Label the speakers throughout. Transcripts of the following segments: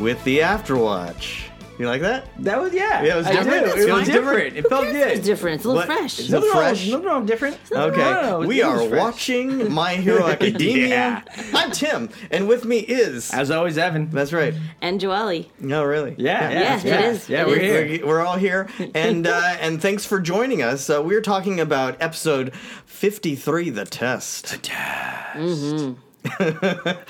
Speaker 1: with the Afterwatch. You like that?
Speaker 2: That was yeah.
Speaker 1: Yeah, it was
Speaker 2: I
Speaker 1: different.
Speaker 2: do.
Speaker 1: That's
Speaker 2: It was
Speaker 1: fine.
Speaker 2: different. It felt
Speaker 3: It's
Speaker 2: good.
Speaker 3: different. It's a little
Speaker 1: What?
Speaker 3: fresh.
Speaker 1: Is it
Speaker 2: Nothing wrong.
Speaker 1: fresh?
Speaker 2: Nothing wrong. Different.
Speaker 1: Okay,
Speaker 2: No, no, no,
Speaker 1: we
Speaker 2: it was
Speaker 1: are
Speaker 2: fresh.
Speaker 1: watching My Hero Academia.
Speaker 2: Yeah.
Speaker 1: I'm Tim, and with me is.
Speaker 2: As always, Evan.
Speaker 1: That's right.
Speaker 3: And Joelle.
Speaker 1: No, really.
Speaker 2: Yeah, yeah,
Speaker 3: Yes, it
Speaker 2: yeah.
Speaker 3: is.
Speaker 2: Yeah,
Speaker 3: It
Speaker 2: we're
Speaker 3: is.
Speaker 2: here.
Speaker 1: We're, we're all here, and uh, and thanks for joining us. Uh, we're talking about episode fifty-three, the test.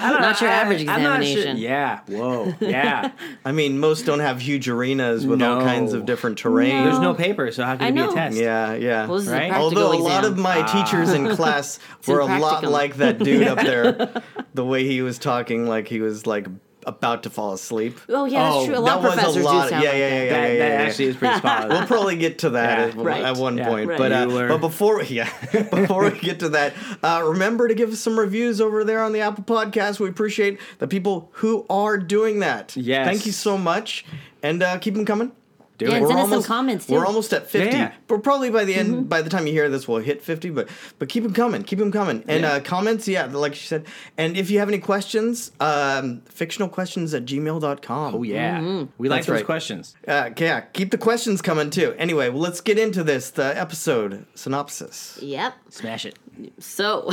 Speaker 3: Not your average
Speaker 2: I'm not sure-
Speaker 3: examination.
Speaker 2: Yeah. Whoa. Yeah.
Speaker 1: I mean, most don't have huge arenas with all
Speaker 2: No.
Speaker 1: kinds of different terrain.
Speaker 2: There's no paper, so how
Speaker 3: I
Speaker 2: can it be
Speaker 3: know.
Speaker 2: a test?
Speaker 1: Yeah, yeah.
Speaker 3: Well, this is a
Speaker 2: Right?
Speaker 3: practical
Speaker 1: Although a lot
Speaker 3: exam.
Speaker 1: of
Speaker 2: Ah.
Speaker 1: my teachers in class were a lot
Speaker 3: impractical.
Speaker 1: like that dude up there, the way he was talking, like he was like about to fall asleep.
Speaker 3: Oh yeah, that's
Speaker 2: Oh,
Speaker 3: true. A lot of professors do sound
Speaker 1: yeah, yeah,
Speaker 3: like
Speaker 1: yeah,
Speaker 3: that.
Speaker 1: yeah,
Speaker 2: That,
Speaker 1: yeah,
Speaker 2: that
Speaker 1: yeah, yeah.
Speaker 2: actually is pretty spot
Speaker 1: We'll
Speaker 2: on.
Speaker 1: probably get to that
Speaker 2: Yeah,
Speaker 1: at,
Speaker 3: right.
Speaker 1: at one
Speaker 2: Yeah,
Speaker 1: point,
Speaker 3: right.
Speaker 1: but uh,
Speaker 2: Bueller.
Speaker 1: but before yeah, before we get to that, uh, remember to give us some reviews over there on the Apple Podcast. We appreciate the people who are doing that.
Speaker 2: Yes.
Speaker 1: thank you so much, and uh, keep them coming.
Speaker 2: Do
Speaker 3: Yeah,
Speaker 2: it.
Speaker 3: and
Speaker 1: We're
Speaker 3: send us some
Speaker 1: almost-
Speaker 3: comments too. Mm-hmm.
Speaker 1: We're almost at fifty.
Speaker 2: Yeah.
Speaker 1: We're probably by the end, by the time you hear this, we'll hit fifty. But but keep them coming, keep them coming, and
Speaker 2: Yeah.
Speaker 1: uh, comments. Yeah, like she said. And if you have any questions, um, fictional questions at gmail.com.
Speaker 2: Oh yeah.
Speaker 3: Mm-hmm.
Speaker 2: We like
Speaker 1: That's
Speaker 2: those
Speaker 1: right.
Speaker 2: questions.
Speaker 1: Uh, yeah, keep the questions coming too. Anyway, well, let's get into this. The episode synopsis. Is
Speaker 3: Yep.
Speaker 2: Smash it.
Speaker 3: So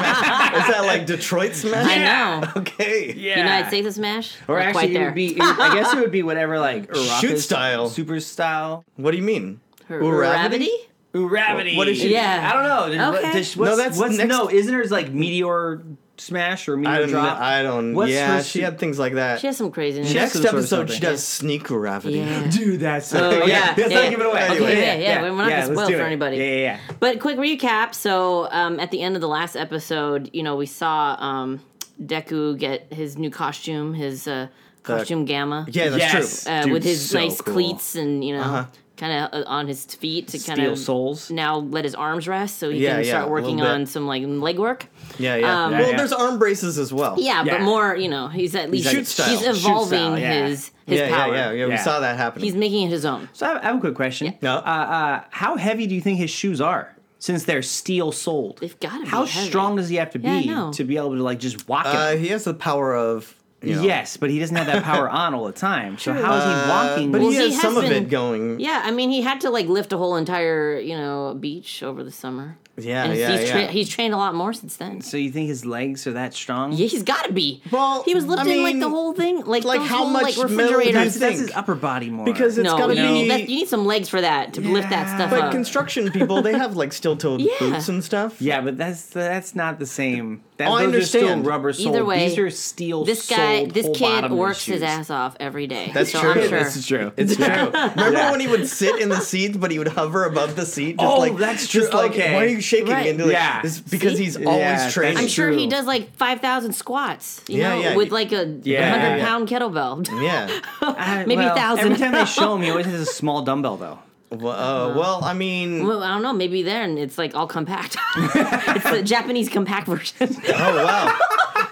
Speaker 1: that like Detroit smash?
Speaker 3: I know.
Speaker 1: Okay.
Speaker 2: Yeah.
Speaker 3: United States of Smash.
Speaker 2: Or
Speaker 3: Not
Speaker 2: actually,
Speaker 3: quite
Speaker 2: it
Speaker 3: there.
Speaker 2: would be. it would- I guess it would be whatever, like Uraka's
Speaker 1: Shoot style.
Speaker 2: super style.
Speaker 1: What do you mean?
Speaker 3: Her-
Speaker 1: Uravity?
Speaker 3: Uravity?
Speaker 2: Uravity.
Speaker 1: What is she-
Speaker 3: Yeah.
Speaker 2: I don't know. What-
Speaker 3: Okay.
Speaker 2: does- what's-
Speaker 1: No, that's
Speaker 2: what's,
Speaker 1: next-
Speaker 2: no. Isn't there's like meteor smash or meteor
Speaker 1: I don't. know.
Speaker 2: drop?
Speaker 1: I don't.
Speaker 2: What's
Speaker 1: yeah,
Speaker 2: her
Speaker 1: she
Speaker 2: su-
Speaker 1: had things like that.
Speaker 3: She has some craziness.
Speaker 2: She
Speaker 1: Next
Speaker 2: has some sort of
Speaker 1: episode, she
Speaker 2: something.
Speaker 1: does sneak Uravity.
Speaker 3: yeah.
Speaker 2: Dude, that's
Speaker 3: Oh, yeah,
Speaker 2: Let's
Speaker 3: yeah.
Speaker 2: not give it away.
Speaker 1: Okay,
Speaker 2: Anyway,
Speaker 1: yeah,
Speaker 3: yeah, we're not gonna
Speaker 2: let's
Speaker 3: spoil
Speaker 2: do
Speaker 3: it for
Speaker 2: it.
Speaker 3: anybody.
Speaker 2: Yeah, yeah, yeah.
Speaker 3: But quick recap. So um, at the end of the last episode, you know, we saw um, Deku get his new costume, his uh, costume gamma,
Speaker 1: Yeah, that's
Speaker 2: Yes.
Speaker 1: true.
Speaker 3: uh,
Speaker 2: dude,
Speaker 3: with his
Speaker 2: so
Speaker 3: nice
Speaker 2: cool. Uh-huh.
Speaker 3: cleats and you know, kind of on his feet to kind
Speaker 2: Steel
Speaker 3: of
Speaker 2: souls.
Speaker 3: now let his arms rest so he
Speaker 1: Yeah,
Speaker 3: can
Speaker 1: yeah, a
Speaker 3: start
Speaker 1: little
Speaker 3: working
Speaker 1: bit.
Speaker 3: on some like leg work.
Speaker 1: Yeah, yeah.
Speaker 3: Um,
Speaker 1: well,
Speaker 2: Yeah,
Speaker 1: there's arm braces as well.
Speaker 3: Yeah, but
Speaker 2: Yeah.
Speaker 3: more, you know, he's at least
Speaker 1: Shoot style.
Speaker 3: he's
Speaker 1: Shoot
Speaker 3: evolving
Speaker 2: style, yeah.
Speaker 3: his his
Speaker 1: Yeah, yeah,
Speaker 3: power.
Speaker 1: yeah, yeah. We
Speaker 2: Yeah.
Speaker 1: saw that happening.
Speaker 3: He's making it his own.
Speaker 2: So I have, I have a quick question.
Speaker 1: No.
Speaker 2: Uh, uh, how heavy do you think his shoes are? Since they're steel soled,
Speaker 3: They've gotta be
Speaker 2: How
Speaker 3: heavy.
Speaker 2: strong does he have to
Speaker 3: Yeah, I
Speaker 2: be
Speaker 3: know.
Speaker 2: to be able to like just walk him?
Speaker 1: uh, he has the power of. You know, Uh,
Speaker 2: Yes, but he doesn't have that power on all the time. So how is he walking?
Speaker 1: But
Speaker 2: with-
Speaker 1: he
Speaker 3: Well,
Speaker 1: has,
Speaker 3: he has
Speaker 1: some of
Speaker 3: been-
Speaker 1: it going.
Speaker 3: Yeah, I mean, he had to like lift a whole entire, you know, beach over the summer.
Speaker 1: Yeah,
Speaker 3: and
Speaker 1: yeah,
Speaker 3: he's,
Speaker 1: yeah.
Speaker 3: tra- he's trained a lot more since then.
Speaker 2: so you think his legs are that strong?
Speaker 3: Yeah, he's got to be.
Speaker 1: Well,
Speaker 3: he was
Speaker 1: I
Speaker 3: lifting like the
Speaker 1: mean,
Speaker 3: whole thing, like
Speaker 1: like,
Speaker 3: those
Speaker 1: how
Speaker 3: whole,
Speaker 1: much
Speaker 3: like
Speaker 1: metal do
Speaker 3: refrigerators.
Speaker 1: you
Speaker 2: that's, that's
Speaker 1: think-
Speaker 2: his upper body more.
Speaker 1: Because it's
Speaker 3: no,
Speaker 1: gotta
Speaker 3: you,
Speaker 1: be.
Speaker 3: that, you need some legs for that to lift that
Speaker 2: Yeah.
Speaker 3: stuff
Speaker 1: But
Speaker 3: up.
Speaker 1: construction people, they have like steel-toed
Speaker 3: uh, Yeah.
Speaker 1: boots and stuff.
Speaker 2: yeah, but that's that's not the same. That,
Speaker 1: Oh, I
Speaker 2: those Are still
Speaker 1: understand.
Speaker 2: rubber soled.
Speaker 3: Either way,
Speaker 2: these are steel.
Speaker 3: this guy,
Speaker 2: soled,
Speaker 3: this
Speaker 2: whole
Speaker 3: kid
Speaker 2: bottom
Speaker 3: works his
Speaker 2: shoes.
Speaker 3: ass off every day.
Speaker 1: That's
Speaker 3: so
Speaker 1: true.
Speaker 3: I'm sure.
Speaker 2: This is true.
Speaker 1: It's true. Remember
Speaker 2: Yeah.
Speaker 1: when he would sit in the seats, but he would hover above the seat? Just
Speaker 2: Oh,
Speaker 1: like,
Speaker 2: that's
Speaker 1: Just
Speaker 2: true.
Speaker 1: like,
Speaker 2: Okay.
Speaker 1: why are you shaking?
Speaker 3: Right.
Speaker 1: And they're like,
Speaker 2: Yeah.
Speaker 1: It's because
Speaker 3: See?
Speaker 1: he's
Speaker 2: Yeah,
Speaker 1: always
Speaker 2: that's
Speaker 1: training.
Speaker 3: I'm sure he
Speaker 2: True.
Speaker 3: does like five thousand squats. You
Speaker 1: Yeah,
Speaker 3: know,
Speaker 1: yeah.
Speaker 3: with like a hundred
Speaker 2: Yeah.
Speaker 3: pound kettlebell.
Speaker 1: Yeah.
Speaker 2: I-
Speaker 3: Maybe a
Speaker 2: well,
Speaker 3: thousand.
Speaker 2: Every time they show him, he always has a small dumbbell though.
Speaker 1: Well, uh, well, I mean, oh
Speaker 3: Well, I don't know. Maybe then it's like all compact. it's the Japanese compact version.
Speaker 1: wow.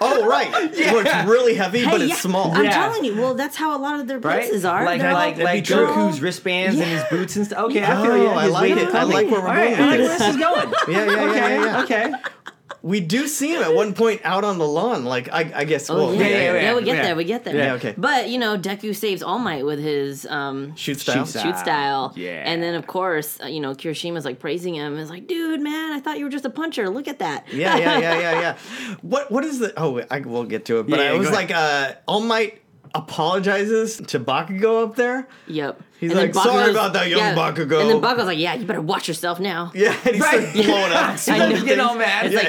Speaker 1: Oh right. Well, it's really heavy, but
Speaker 3: Hey,
Speaker 1: it's
Speaker 3: yeah,
Speaker 1: small.
Speaker 3: I'm
Speaker 2: Yeah.
Speaker 3: telling you. Well, that's how a lot of their
Speaker 2: Right?
Speaker 3: places are.
Speaker 2: Like
Speaker 3: They're
Speaker 2: like
Speaker 3: all-
Speaker 1: That'd
Speaker 2: like
Speaker 1: be true.
Speaker 2: Goku's wristbands and his boots and stuff. Okay, I feel
Speaker 1: Oh,
Speaker 2: you.
Speaker 1: I
Speaker 2: His
Speaker 1: like
Speaker 2: weight
Speaker 1: it. I like
Speaker 2: clothing.
Speaker 1: where we're
Speaker 2: All right,
Speaker 1: going
Speaker 2: I like
Speaker 1: with
Speaker 2: where this is going.
Speaker 1: Yeah, yeah, yeah,
Speaker 2: okay,
Speaker 1: yeah, yeah.
Speaker 2: okay.
Speaker 1: We do see him at one point out on the lawn. Like I, I guess.
Speaker 3: Oh,
Speaker 1: well,
Speaker 3: yeah,
Speaker 2: yeah, yeah, yeah.
Speaker 3: we get
Speaker 2: Yeah.
Speaker 3: there. We get there.
Speaker 1: Yeah, okay.
Speaker 3: But you know, Deku saves All Might with his um, shoot,
Speaker 1: Shoot style.
Speaker 2: Shoot style.
Speaker 3: style.
Speaker 2: Yeah.
Speaker 3: And then of course, uh, you know, Kirishima's like praising him. Is like, dude, man, I thought you were just a puncher. Look at that.
Speaker 1: Yeah, yeah, yeah, yeah, yeah. What what is the? Oh, I will get to it. But
Speaker 2: Yeah,
Speaker 1: I
Speaker 2: yeah,
Speaker 1: was
Speaker 2: go
Speaker 1: like, uh, All Might apologizes to Bakugo up there.
Speaker 3: Yep.
Speaker 1: He's
Speaker 3: then
Speaker 1: like, "Sorry
Speaker 3: Bakugo's-
Speaker 1: about that, young Bakugo."
Speaker 3: And then Bakugo's like, yeah, you better watch yourself now.
Speaker 1: Yeah, and he's
Speaker 2: Right.
Speaker 1: like blowing up.
Speaker 2: I
Speaker 3: know.
Speaker 1: Things.
Speaker 2: Get all mad.
Speaker 1: Yeah.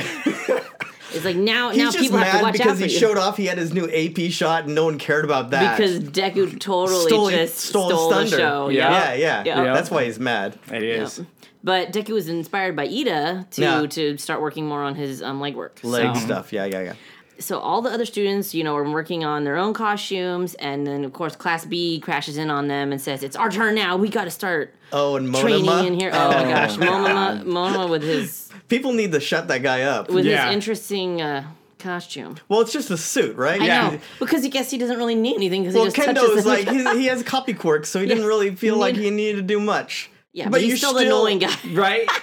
Speaker 3: It's like now,
Speaker 1: He's
Speaker 3: now
Speaker 1: just
Speaker 3: people have to
Speaker 1: mad
Speaker 3: watch out
Speaker 1: because
Speaker 3: for
Speaker 1: he
Speaker 3: you.
Speaker 1: showed off. He had his new AP shot, and no one cared about that.
Speaker 3: because Deku totally just stole, the show.
Speaker 1: Yeah,
Speaker 3: Yeah.
Speaker 1: yeah, yeah.
Speaker 3: Yeah.
Speaker 1: That's why he's mad.
Speaker 2: It is.
Speaker 3: But Deku was inspired by Ida to
Speaker 1: Yeah.
Speaker 3: to start working more on his um, leg work.
Speaker 1: Leg
Speaker 3: So-
Speaker 1: stuff. Yeah, yeah, yeah.
Speaker 3: so all the other students, you know, are working on their own costumes, and then of course Class B crashes in on them and says, "It's our turn now. We got to start
Speaker 1: Oh, and
Speaker 3: training
Speaker 1: Monoma.
Speaker 3: in here." Oh my
Speaker 2: Oh,
Speaker 3: gosh, Monoma,
Speaker 2: God.
Speaker 3: Monoma with his
Speaker 1: People need to shut that guy up.
Speaker 3: with
Speaker 2: Yeah.
Speaker 3: his interesting uh, costume.
Speaker 1: well, it's just a suit, right?
Speaker 3: I know because I guess he doesn't really need anything because
Speaker 1: Well,
Speaker 3: he just
Speaker 1: Kendo
Speaker 3: touches
Speaker 1: is
Speaker 3: them.
Speaker 1: like he, he has copy quirks, so he didn't really feel like he needed to do much.
Speaker 3: Yeah,
Speaker 1: But
Speaker 3: but, he's
Speaker 1: you're
Speaker 3: still, the
Speaker 1: still-
Speaker 3: annoying guy.
Speaker 2: right?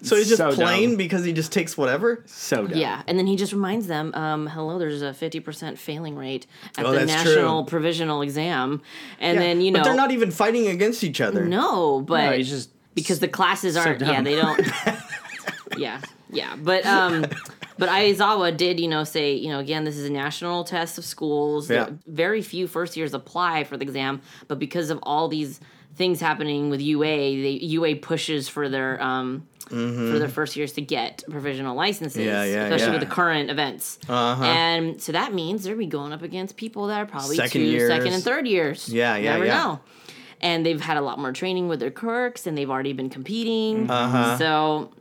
Speaker 1: So he's just
Speaker 2: dumb.
Speaker 1: plain because he just takes whatever.
Speaker 2: So dumb.
Speaker 3: Yeah, and then he just reminds them, um, "Hello, there's a fifty percent failing rate at
Speaker 1: Oh,
Speaker 3: the
Speaker 1: that's
Speaker 3: national provisional exam," and
Speaker 1: Yeah,
Speaker 3: then you know,
Speaker 1: but they're not even fighting against each other.
Speaker 3: no, but
Speaker 2: No, he's just
Speaker 3: because the classes aren't, yeah,
Speaker 2: dumb.
Speaker 3: they don't, yeah, yeah, but um, but Aizawa did, you know, say, you know, again, this is a national test of schools.
Speaker 1: Yeah.
Speaker 3: Very few first years apply for the exam, but because of all these things happening with UA, the UA pushes for their um. For their first years to get provisional licenses,
Speaker 1: Mm-hmm. Yeah, yeah,
Speaker 3: especially
Speaker 1: yeah. Uh-huh.
Speaker 3: with the current events. And so that means they're be going up against people that are probably
Speaker 1: Second
Speaker 3: two,
Speaker 1: years.
Speaker 3: second and third years.
Speaker 1: Yeah, yeah,
Speaker 3: Never
Speaker 1: yeah.
Speaker 3: know. And they've had a lot more training with their clerks, and they've already been competing. So,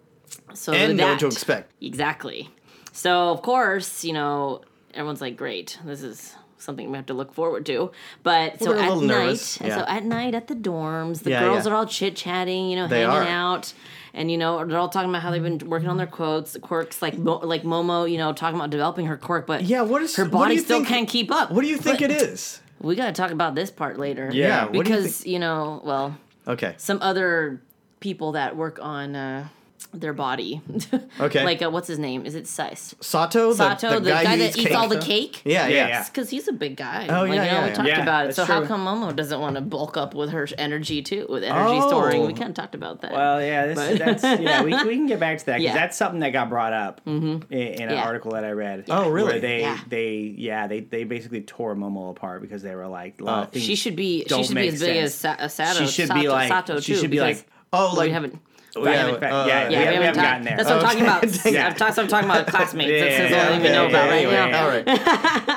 Speaker 1: Mm-hmm. Uh-huh.
Speaker 3: so
Speaker 1: And know what
Speaker 3: that
Speaker 1: to expect.
Speaker 3: exactly. So of course, you know, everyone's like, "Great, this is." Something we have to look forward to, but so
Speaker 1: they're a
Speaker 3: at
Speaker 1: little
Speaker 3: night,
Speaker 1: nervous,
Speaker 3: and so
Speaker 1: yeah.
Speaker 3: at night at the dorms, the
Speaker 1: Yeah,
Speaker 3: girls
Speaker 1: yeah.
Speaker 3: are all chit chatting, you know,
Speaker 1: They
Speaker 3: hanging
Speaker 1: are.
Speaker 3: out, and you know they're all talking about how they've been working on their quotes, quirks, like Mo- like Momo, you know, talking about developing her quirk, but
Speaker 1: Yeah, what is-
Speaker 3: her
Speaker 1: what do
Speaker 3: body
Speaker 1: you
Speaker 3: still
Speaker 1: think-
Speaker 3: can't keep up.
Speaker 1: What do you think
Speaker 3: But
Speaker 1: it is?
Speaker 3: We gotta talk about this part later.
Speaker 1: Yeah, what do you
Speaker 3: because you, know, well,
Speaker 1: Okay.
Speaker 3: some other people that work on uh, their body.
Speaker 1: Okay.
Speaker 3: like uh, what's his name? Is it Sice?
Speaker 1: Sato, the,
Speaker 3: Sato,
Speaker 1: the, guy, who
Speaker 3: that
Speaker 1: eats
Speaker 3: eats
Speaker 1: cake.
Speaker 3: all the cake.
Speaker 1: Yeah, yeah.
Speaker 2: Yeah,
Speaker 1: yeah.
Speaker 2: yeah.
Speaker 3: Because he's a big guy.
Speaker 1: Oh,
Speaker 3: like,
Speaker 1: yeah,
Speaker 3: you know,
Speaker 1: yeah,
Speaker 3: we
Speaker 1: yeah.
Speaker 3: talked
Speaker 2: Yeah,
Speaker 3: about it.
Speaker 2: that's
Speaker 3: So how
Speaker 2: true.
Speaker 3: come Momo doesn't want to bulk up with her energy too, with energy storing? We kind of talked about that.
Speaker 2: Well, yeah, this, that's yeah. We, we can get back to that because
Speaker 3: Yeah. Mm-hmm.
Speaker 2: that's something that got brought up in, in an
Speaker 3: Yeah.
Speaker 2: article that I read.
Speaker 1: Oh, really?
Speaker 2: Where they
Speaker 3: Yeah.
Speaker 2: they yeah they they basically tore Momo apart because they were like, a lot of things
Speaker 3: Oh, she should be. She
Speaker 2: don't
Speaker 3: should be
Speaker 2: make
Speaker 3: as big as Sa- uh, Sato.
Speaker 2: She should
Speaker 3: Sato,
Speaker 2: be like
Speaker 3: Sato
Speaker 2: she
Speaker 3: too,
Speaker 2: should be
Speaker 3: because
Speaker 2: like
Speaker 1: Oh, like
Speaker 3: we haven't.
Speaker 1: oh,
Speaker 2: yeah, in fact, yeah,
Speaker 3: Yeah,
Speaker 2: we
Speaker 3: we,
Speaker 2: haven't
Speaker 3: haven't, talked-
Speaker 2: gotten there.
Speaker 3: That's what I'm talking about.
Speaker 1: Okay.
Speaker 3: yeah. I'm, talk, so I'm talking about classmates. that's
Speaker 2: Yeah,
Speaker 3: that's all I
Speaker 2: okay,
Speaker 3: even know about
Speaker 2: okay,
Speaker 3: right now.
Speaker 2: yeah.
Speaker 1: All right.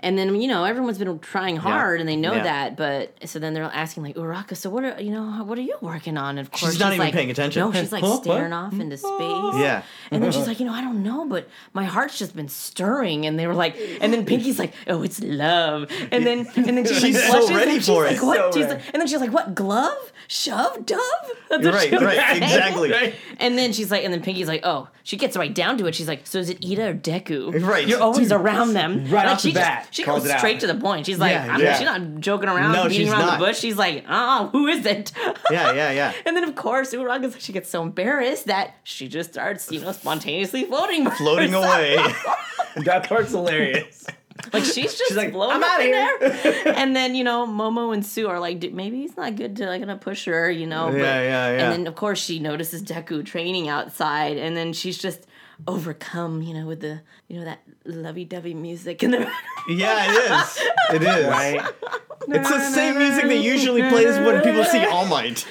Speaker 3: And then you know everyone's been trying hard, and they know
Speaker 1: Yeah.
Speaker 3: that. But so then they're asking like Uraka, so what are you know what are you working on? And of course
Speaker 1: She's not even
Speaker 3: like,
Speaker 1: paying attention.
Speaker 3: No, she's like
Speaker 1: Huh? What?
Speaker 3: staring off into space.
Speaker 1: Yeah.
Speaker 3: And then she's like, you know, I don't know, but my heart's just been stirring. And they were like, and then Pinky's like, oh, it's love. And then and then she's,
Speaker 1: She's
Speaker 3: like,
Speaker 1: so
Speaker 3: blushes,
Speaker 1: ready
Speaker 3: and she's
Speaker 1: for
Speaker 3: like,
Speaker 1: it.
Speaker 3: What?
Speaker 2: So
Speaker 3: she's
Speaker 2: ready.
Speaker 3: like, and then she's like, what? Glove? Shove? Dove? That's
Speaker 1: You're
Speaker 3: what
Speaker 1: right,
Speaker 3: she was
Speaker 1: right,
Speaker 3: saying.
Speaker 1: exactly.
Speaker 2: Right.
Speaker 3: And then she's like, and then Pinky's like, oh, she gets right down to it. She's like, so is it Ida or Deku?
Speaker 1: Right.
Speaker 3: You're always around them.
Speaker 2: right
Speaker 3: like,
Speaker 2: off
Speaker 3: she
Speaker 2: the
Speaker 3: just-
Speaker 2: bat,
Speaker 3: she
Speaker 2: calls
Speaker 3: goes
Speaker 2: it out.
Speaker 3: straight to the point. She's like,
Speaker 1: Yeah,
Speaker 3: I'm,
Speaker 1: yeah.
Speaker 3: she's not joking around,
Speaker 1: No,
Speaker 3: beating
Speaker 1: she's
Speaker 3: around
Speaker 1: not.
Speaker 3: the bush. She's like, oh, who is it?
Speaker 1: Yeah, yeah, yeah.
Speaker 3: And then of course, Uraga's she gets so embarrassed that she just starts, you know, spontaneously floating,
Speaker 1: Floating away.
Speaker 2: that part's hilarious.
Speaker 3: Like she's just
Speaker 2: like,
Speaker 3: blown
Speaker 2: "I'm
Speaker 3: up
Speaker 2: outta
Speaker 3: in
Speaker 2: here."
Speaker 3: there. and then you know, Momo and Sue are like, "Dude, maybe he's not good to like gonna push her, you know. but-
Speaker 1: Yeah, yeah, yeah.
Speaker 3: And then of course she notices Deku training outside, and then she's just overcome, you know, with the you know that lovey-dovey music in the background.
Speaker 1: yeah, it is. It is.
Speaker 2: Right?
Speaker 1: It's the same music that usually plays when people see All Might.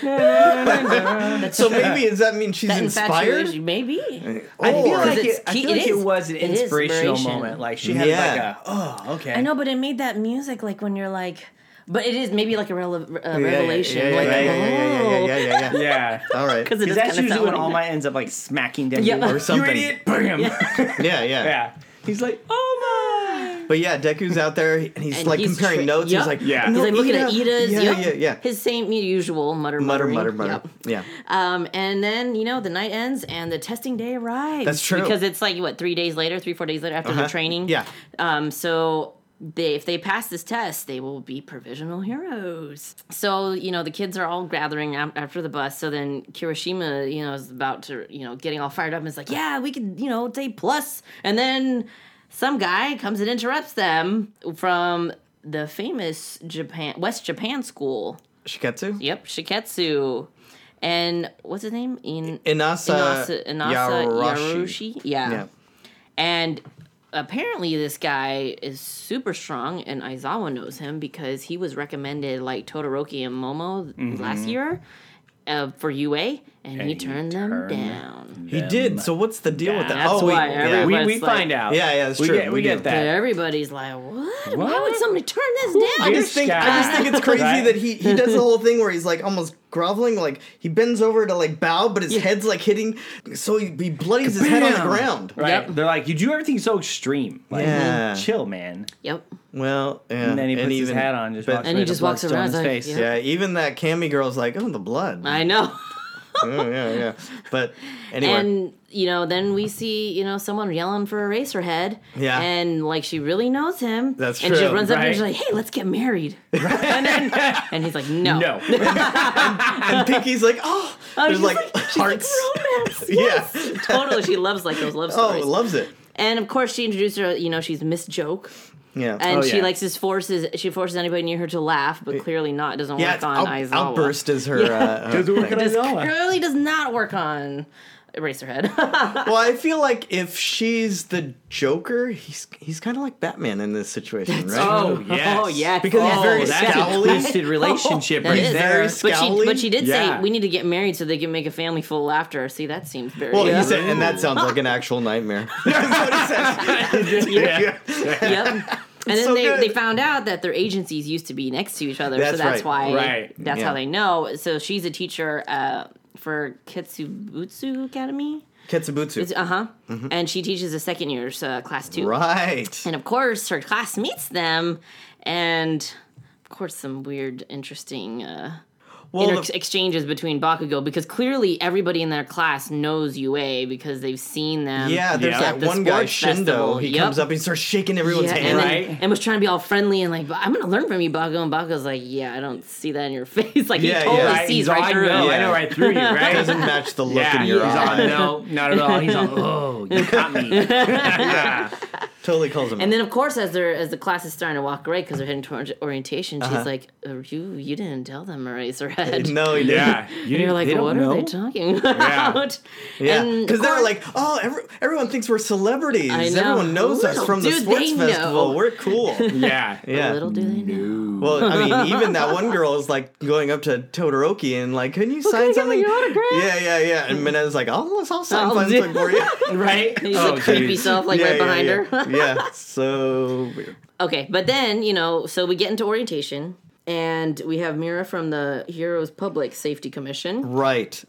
Speaker 1: so maybe does that mean she's
Speaker 3: That
Speaker 1: inspired? Oh.
Speaker 3: infatuation, maybe.
Speaker 2: I feel
Speaker 1: Or-
Speaker 2: like,
Speaker 3: it's
Speaker 2: it, I
Speaker 3: key-
Speaker 2: feel
Speaker 3: it
Speaker 2: like it
Speaker 3: is-
Speaker 2: was an
Speaker 3: it is
Speaker 2: inspirational
Speaker 3: inspiration.
Speaker 2: moment. Like she had
Speaker 1: Yeah.
Speaker 2: like a oh okay.
Speaker 3: I know, but it made that music like when you're like, but it is maybe like a, rele- a
Speaker 1: Yeah, yeah,
Speaker 3: revelation,
Speaker 1: Yeah, yeah,
Speaker 3: like
Speaker 1: yeah, yeah, yeah, yeah, yeah,
Speaker 3: oh,
Speaker 1: yeah, yeah, yeah.
Speaker 2: Yeah.
Speaker 1: All right.
Speaker 3: because it
Speaker 2: Because
Speaker 3: does
Speaker 2: that's
Speaker 3: kind of
Speaker 2: usually
Speaker 3: sound
Speaker 2: when
Speaker 3: like
Speaker 2: All
Speaker 3: that.
Speaker 2: Might ends up like smacking Deku
Speaker 3: Yeah. Or
Speaker 1: something.
Speaker 2: You idiot! Bam. Yeah.
Speaker 1: Yeah, yeah,
Speaker 2: He's like, oh my.
Speaker 1: But yeah, Deku's out there and he's
Speaker 3: And
Speaker 1: like
Speaker 3: he's
Speaker 1: comparing
Speaker 3: tra-
Speaker 1: notes.
Speaker 3: Yup.
Speaker 1: He's like,
Speaker 2: Yeah.
Speaker 3: He's
Speaker 1: "No,
Speaker 3: like looking at
Speaker 1: Ida."
Speaker 3: Ida's.
Speaker 1: Yeah,
Speaker 3: yep.
Speaker 1: yeah, yeah.
Speaker 3: His same usual mutter,
Speaker 1: mutter, mutter,
Speaker 3: muttering,
Speaker 1: mutter.
Speaker 3: yep.
Speaker 1: Yeah.
Speaker 3: Um, and then you know the night ends and the testing day arrives.
Speaker 1: That's true.
Speaker 3: because it's like what three days later, three four days later after
Speaker 1: Uh-huh.
Speaker 3: the training.
Speaker 1: Yeah.
Speaker 3: Um. So they, if they pass this test, they will be provisional heroes. So you know the kids are all gathering a- after the bus. So then Kirishima, you know, is about to you know getting all fired up and is like, yeah, we could you know say plus. And then some guy comes and interrupts them from the famous Japan West Japan school.
Speaker 1: Shiketsu?
Speaker 3: Yep, Shiketsu. And what's his name? In
Speaker 1: Inasa,
Speaker 3: Inasa, Inasa Yarushi. Yeah.
Speaker 1: uh, Yeah.
Speaker 3: And apparently this guy is super strong and Aizawa knows him because he was recommended like Todoroki and Momo last year uh, for UA and, he
Speaker 2: he
Speaker 3: turned them
Speaker 2: turned-
Speaker 3: down.
Speaker 1: He did. So what's the deal with that?
Speaker 3: That's
Speaker 1: oh, we,
Speaker 3: why
Speaker 1: yeah.
Speaker 3: everyone-
Speaker 2: We,
Speaker 3: But
Speaker 2: we
Speaker 3: it's like-
Speaker 2: find out.
Speaker 1: Yeah, yeah, it's
Speaker 2: we
Speaker 1: true.
Speaker 2: Get, we,
Speaker 1: We
Speaker 2: get
Speaker 1: do.
Speaker 2: that.
Speaker 3: And everybody's like, what? Why
Speaker 2: What?
Speaker 3: would somebody turn this down?
Speaker 1: I
Speaker 2: This
Speaker 1: just think I just
Speaker 2: guy.
Speaker 1: think it's crazy
Speaker 2: Right?
Speaker 1: that he he does the whole thing where he's like almost groveling, like he bends over to like bow, but his head's like hitting, so he, he bloodies his head on the
Speaker 2: Kabam!
Speaker 1: ground.
Speaker 2: Right.
Speaker 3: Yep.
Speaker 2: They're like, you do everything so extreme. Like,
Speaker 1: Yeah.
Speaker 2: chill, man.
Speaker 3: Yep.
Speaker 1: Well, yeah.
Speaker 2: And then he puts his
Speaker 1: even-
Speaker 2: hat on, and just
Speaker 1: but-
Speaker 2: walks
Speaker 3: And he
Speaker 2: away, the
Speaker 3: just
Speaker 2: blood's
Speaker 3: walks
Speaker 2: still
Speaker 3: around,
Speaker 2: in his
Speaker 3: like,
Speaker 2: face.
Speaker 3: yeah.
Speaker 1: Yeah, even that Cammy girl's like, oh, the blood.
Speaker 3: I know.
Speaker 1: yeah, yeah, yeah. But anyway,
Speaker 3: And you know, then we see you know someone yelling for a racer head.
Speaker 1: Yeah.
Speaker 3: And like she really knows him.
Speaker 1: That's
Speaker 3: and she
Speaker 1: true,
Speaker 3: runs up to him and she's
Speaker 2: right.
Speaker 3: like, "Hey, let's get married." and, then, and he's like, "No,
Speaker 2: No.
Speaker 1: and Pinky's like, oh,
Speaker 3: Oh,
Speaker 1: there's
Speaker 3: she's
Speaker 1: like,
Speaker 3: like, she's like
Speaker 1: hearts.
Speaker 3: romance.
Speaker 1: Yeah.
Speaker 3: Yes. totally. She loves like those love
Speaker 1: oh,
Speaker 3: stories.
Speaker 1: loves it.
Speaker 3: and of course, she introduced her. You know, she's Miss Joke,
Speaker 1: Yeah.
Speaker 3: and
Speaker 2: Oh,
Speaker 3: she
Speaker 2: yeah.
Speaker 3: likes his forces. She forces anybody near her to laugh, but clearly not. Doesn't
Speaker 1: yeah,
Speaker 3: work
Speaker 1: it's
Speaker 3: on
Speaker 1: out-
Speaker 3: Aizawa.
Speaker 1: outburst is her. Uh, her
Speaker 2: Doesn't work
Speaker 1: thing.
Speaker 2: on-
Speaker 3: This
Speaker 2: Aizawa.
Speaker 3: clearly does not work on Eraserhead.
Speaker 1: well, I feel like if she's the Joker, he's he's kind of like Batman in this situation, right?
Speaker 2: Oh, yes.
Speaker 3: Oh yes.
Speaker 1: Because he's
Speaker 3: oh,
Speaker 1: very
Speaker 3: that-
Speaker 2: that's a
Speaker 1: scowly.
Speaker 2: twisted relationship
Speaker 3: Oh, that
Speaker 2: right
Speaker 3: is.
Speaker 2: there.
Speaker 1: Very
Speaker 3: But she,
Speaker 1: scowly.
Speaker 3: but she did
Speaker 2: Yeah.
Speaker 3: say we need to get married so they can make a family full after. See, that seems very.
Speaker 1: Well,
Speaker 3: Yeah.
Speaker 1: he said, and that sounds like an actual nightmare. That's what he says.
Speaker 2: yeah.
Speaker 3: yep. And then
Speaker 1: so
Speaker 3: they,
Speaker 1: good.
Speaker 3: they found out that their agencies used to be next to each other, so
Speaker 1: That's
Speaker 3: that's
Speaker 1: right.
Speaker 3: why
Speaker 2: Right.
Speaker 3: that's
Speaker 1: Yeah.
Speaker 3: how they know. So she's a teacher uh, for Ketsubutsu Academy,
Speaker 1: Ketsubutsu.
Speaker 3: uh huh, and she teaches a second year's uh, class two.
Speaker 1: Mm-hmm. Right.
Speaker 3: And of course, her class meets them, and of course, some weird, interesting uh,
Speaker 1: Well,
Speaker 3: inter-
Speaker 1: the-
Speaker 3: exchanges between Bakugo because clearly everybody in their class knows UA because they've seen them.
Speaker 1: yeah, there's
Speaker 2: Yeah.
Speaker 1: that
Speaker 3: at the
Speaker 1: one guy,
Speaker 3: sports
Speaker 1: Shindo.
Speaker 3: festival.
Speaker 1: He
Speaker 3: Yep.
Speaker 1: comes up, he starts shaking everyone's
Speaker 3: Yeah,
Speaker 1: hand.
Speaker 3: and, then-
Speaker 2: Right.
Speaker 3: and was trying to be all friendly and like, I'm gonna learn from you, Bago. And Bago's like, yeah, I don't see that in your face. Like
Speaker 1: Yeah,
Speaker 3: he totally
Speaker 1: yeah.
Speaker 2: Right,
Speaker 3: sees
Speaker 2: he's all,
Speaker 3: right
Speaker 2: I
Speaker 3: through.
Speaker 2: know,
Speaker 3: it.
Speaker 2: I know right through you, right?
Speaker 1: Doesn't match the look
Speaker 2: yeah,
Speaker 1: in your
Speaker 2: he's all,
Speaker 1: eye.
Speaker 2: no, not at all. He's all, oh, you got me. yeah.
Speaker 1: Totally calls him.
Speaker 3: And then of course, as they're as the class is starting to walk away because they're heading towards orientation,
Speaker 1: Uh-huh.
Speaker 3: she's like, "Uh, you you didn't tell them Eraserhead.
Speaker 1: no, he didn't.
Speaker 2: You
Speaker 3: You're
Speaker 2: didn't-
Speaker 3: like,
Speaker 2: they don't
Speaker 3: what
Speaker 2: know?
Speaker 3: are they talking about?
Speaker 1: Yeah,
Speaker 3: And
Speaker 1: because
Speaker 3: of
Speaker 1: they're
Speaker 3: course-
Speaker 1: like, oh, every, everyone thinks we're celebrities.
Speaker 3: I know.
Speaker 1: Everyone knows us
Speaker 3: Little
Speaker 1: from the
Speaker 3: do
Speaker 1: sports
Speaker 3: they know.
Speaker 1: festival. We're cool.
Speaker 2: Yeah.
Speaker 1: Yeah.
Speaker 3: little do they know.
Speaker 1: Well, I mean, even that one girl is like going up to Todoroki and like, can you sign
Speaker 3: I get, like,
Speaker 1: something?
Speaker 3: your autograph?
Speaker 1: Yeah, yeah, yeah. And Minet's like, oh, I'll sign
Speaker 3: I'll do-
Speaker 1: something for you.
Speaker 2: Right?
Speaker 3: He's like creepy
Speaker 2: geez.
Speaker 3: self, like
Speaker 1: Oh, yeah,
Speaker 3: right
Speaker 1: yeah,
Speaker 3: behind
Speaker 1: yeah.
Speaker 3: her.
Speaker 1: yeah, so weird.
Speaker 3: Okay, but then, you know, so we get into orientation and we have Mira from the Heroes Public Safety Commission
Speaker 1: Right.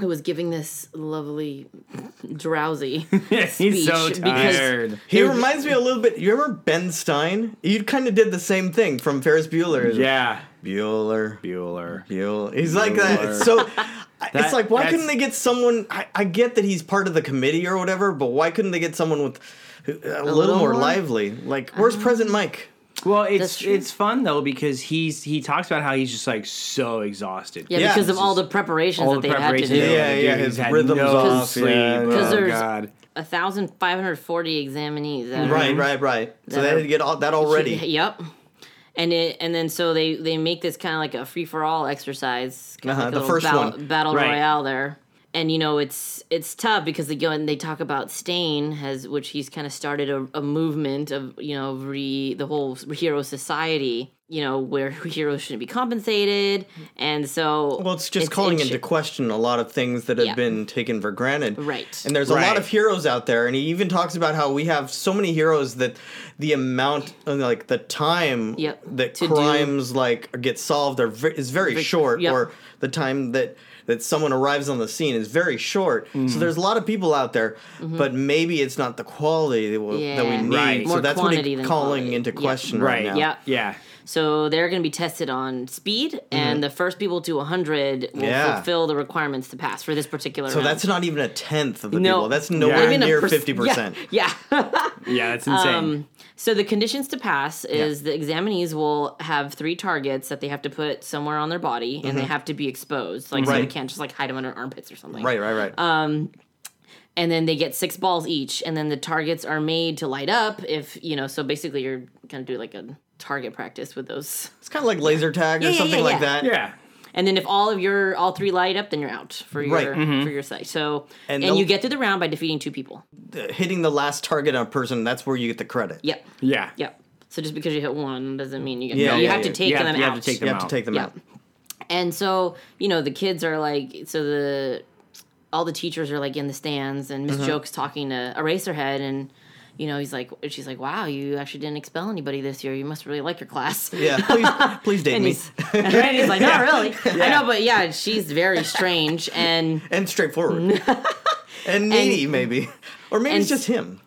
Speaker 3: who was giving this lovely drowsy
Speaker 2: He's so
Speaker 3: speech because-
Speaker 2: tired.
Speaker 1: He reminds me a little bit. You remember Ben Stein? You kind of did the same thing from Ferris Bueller.
Speaker 2: Yeah.
Speaker 1: Bueller.
Speaker 2: Bueller.
Speaker 1: Bueller. He's like that.
Speaker 2: Bueller.
Speaker 1: It's So
Speaker 2: That-
Speaker 1: it's like, why
Speaker 2: that's-
Speaker 1: couldn't they get someone? I, I get that he's part of the committee or whatever, but why couldn't they get someone with who- a, little,
Speaker 3: little
Speaker 1: more
Speaker 3: more? Um,
Speaker 1: lively? Like, where's President Mike?
Speaker 2: Well,
Speaker 3: That's
Speaker 2: it's
Speaker 3: true.
Speaker 2: it's fun though because he's he talks about how he's just like so exhausted.
Speaker 3: Yeah,
Speaker 1: Yeah,
Speaker 3: because of
Speaker 1: it's
Speaker 3: all the preparations
Speaker 2: All
Speaker 3: that
Speaker 2: the
Speaker 3: they've had to
Speaker 2: preparations.
Speaker 3: do.
Speaker 1: Yeah,
Speaker 2: they
Speaker 1: yeah,
Speaker 2: do,
Speaker 1: his
Speaker 2: he's had
Speaker 1: rhythm's
Speaker 2: no
Speaker 1: off,
Speaker 2: Sleep.
Speaker 1: yeah, yeah. 'Cause
Speaker 2: oh,
Speaker 3: there's-
Speaker 2: God.
Speaker 3: 1,540 examinees. uh, that are-
Speaker 1: Right, right, right. So they had to get all that already.
Speaker 3: Yep. And it and then so they they make this kind of like a free for all exercise, kinda
Speaker 1: Uh-huh,
Speaker 3: like a
Speaker 1: the
Speaker 3: little
Speaker 1: first
Speaker 3: battle,
Speaker 1: one.
Speaker 3: battle
Speaker 2: Right.
Speaker 3: royale there. And you know it's it's tough because they go and they talk about Stain has which he's kind of started a, a movement of you know re the whole hero society you know where heroes shouldn't be compensated and so
Speaker 1: Well, it's just calling
Speaker 3: inch-
Speaker 1: into question a lot of things that have
Speaker 3: Yeah.
Speaker 1: been taken for granted.
Speaker 3: Right.
Speaker 1: And there's a lot
Speaker 2: Right.
Speaker 1: of heroes out there, and he even talks about how we have so many heroes that the amount, uh, like the time
Speaker 3: Yep.
Speaker 1: that
Speaker 3: To do-
Speaker 1: crimes like get solved are ve- is very short,
Speaker 3: yep.
Speaker 1: or the time that that someone arrives on the scene is very short. So there's a lot of people out there, but maybe it's not the quality that, we that we
Speaker 3: Mm-hmm. Yeah.
Speaker 1: need.
Speaker 2: Right.
Speaker 1: So
Speaker 3: More
Speaker 1: that's what
Speaker 3: quantity
Speaker 1: he's
Speaker 3: than
Speaker 1: calling
Speaker 3: quality.
Speaker 1: into
Speaker 3: Yeah.
Speaker 1: question right,
Speaker 2: Right.
Speaker 1: now.
Speaker 3: Yep.
Speaker 2: Yeah.
Speaker 3: So they're going to be tested on speed, and the first people to 100
Speaker 1: Mm-hmm.
Speaker 3: will
Speaker 1: Yeah.
Speaker 3: fulfill the requirements to pass for this particular.
Speaker 1: So
Speaker 3: round.
Speaker 1: that's not even a tenth of the
Speaker 3: No.
Speaker 1: people. That's
Speaker 2: Not
Speaker 1: nowhere
Speaker 3: even a
Speaker 1: near
Speaker 3: perc-
Speaker 1: fifty percent.
Speaker 3: Yeah. yeah.
Speaker 2: Yeah, that's insane.
Speaker 3: Um, so the conditions to pass is the examinees will have three targets that they have to put somewhere on their body, and they have to be exposed. Like so they
Speaker 1: Mm-hmm. Right.
Speaker 3: can't just like hide them under armpits or something.
Speaker 1: Right, right, right.
Speaker 3: Uh, and then they get six balls each and then the targets are made to light up if you know so basically you're gonna do like a target practice with those
Speaker 1: it's kind of like laser tag or
Speaker 3: yeah,
Speaker 1: something
Speaker 3: yeah,
Speaker 1: like
Speaker 3: yeah.
Speaker 1: that.
Speaker 2: yeah.
Speaker 3: and then if all of your all three light up then you're out for your
Speaker 1: Right. Mm-hmm.
Speaker 3: for your site so
Speaker 1: And
Speaker 3: and,
Speaker 1: they'll-
Speaker 3: you get through the round by defeating two people
Speaker 1: hitting the last target on a person, that's where you get the credit.
Speaker 3: yep
Speaker 2: Yeah.
Speaker 3: yep so just because you hit one doesn't mean you get
Speaker 1: Yeah,
Speaker 3: you
Speaker 1: yeah,
Speaker 3: have
Speaker 1: yeah.
Speaker 3: to take
Speaker 2: You have-
Speaker 3: them
Speaker 2: you
Speaker 3: out
Speaker 2: have to take
Speaker 1: You
Speaker 2: them
Speaker 1: have to
Speaker 2: out.
Speaker 1: take them
Speaker 3: Yeah.
Speaker 1: out.
Speaker 3: And so, you know, the kids are like, so the all the teachers are like in the stands, and
Speaker 1: Mm-hmm.
Speaker 3: Miss Joke's talking to Eraserhead, and you know, he's like, she's like, wow, you actually didn't expel anybody this year. You must really like your class.
Speaker 1: Yeah, please, please date
Speaker 3: And
Speaker 1: me.
Speaker 3: he's, and he's like, not really. I know, but yeah, she's very strange. And
Speaker 1: And straightforward. and needy, maybe. Or maybe it's
Speaker 3: and-
Speaker 1: just him.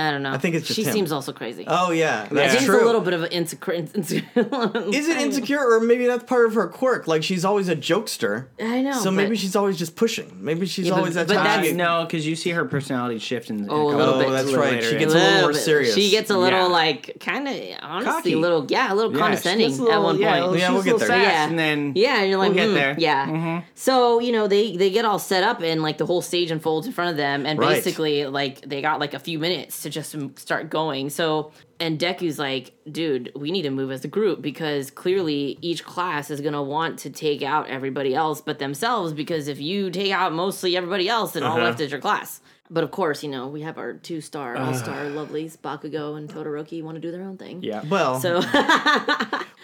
Speaker 3: I don't know.
Speaker 1: I think it's just
Speaker 3: she
Speaker 1: him.
Speaker 3: seems also crazy.
Speaker 1: Oh yeah, that's
Speaker 3: She's
Speaker 1: true.
Speaker 3: a little bit of an insecure. insecure
Speaker 1: Is it insecure or maybe that's part of her quirk? Like she's always a jokester.
Speaker 3: I know,
Speaker 1: So maybe
Speaker 3: but-
Speaker 1: she's always just pushing. Maybe she's
Speaker 3: Yeah, but-
Speaker 1: always
Speaker 3: but
Speaker 1: that
Speaker 2: Uh,
Speaker 1: type.
Speaker 3: that's-
Speaker 1: of-
Speaker 2: no, because you see her personality shift in. in a
Speaker 3: Oh, a
Speaker 2: couple-
Speaker 3: little
Speaker 1: Oh,
Speaker 3: bit.
Speaker 1: that's
Speaker 2: little
Speaker 1: right.
Speaker 2: later
Speaker 1: She
Speaker 2: in.
Speaker 1: gets a little more serious.
Speaker 3: She gets a little
Speaker 2: Yeah.
Speaker 3: like kind of honestly
Speaker 2: Cocky.
Speaker 3: a little yeah a little
Speaker 2: Yeah, she gets a
Speaker 3: condescending at
Speaker 2: little-
Speaker 3: one
Speaker 2: yeah,
Speaker 3: point.
Speaker 2: little-
Speaker 1: Yeah,
Speaker 2: she's
Speaker 1: we'll
Speaker 2: a
Speaker 1: get there.
Speaker 2: little sass,
Speaker 3: yeah.
Speaker 2: And then
Speaker 3: yeah, and you're like,
Speaker 2: we'll get
Speaker 3: "Mm,
Speaker 2: there. Mm-hmm.
Speaker 3: Yeah. So you know they they get all set up and like the whole stage unfolds in front of them, and
Speaker 1: Right.
Speaker 3: basically like they got like a few minutes to just m- start going. So and Deku's like, dude, we need to move as a group because clearly each class is gonna want to take out everybody else but themselves because if you take out mostly everybody else, then all
Speaker 2: Uh-huh.
Speaker 3: left is your class. But of course, you know we have our two star all star lovelies Bakugo and Todoroki want to do their own thing.
Speaker 2: yeah.
Speaker 1: Well,
Speaker 3: So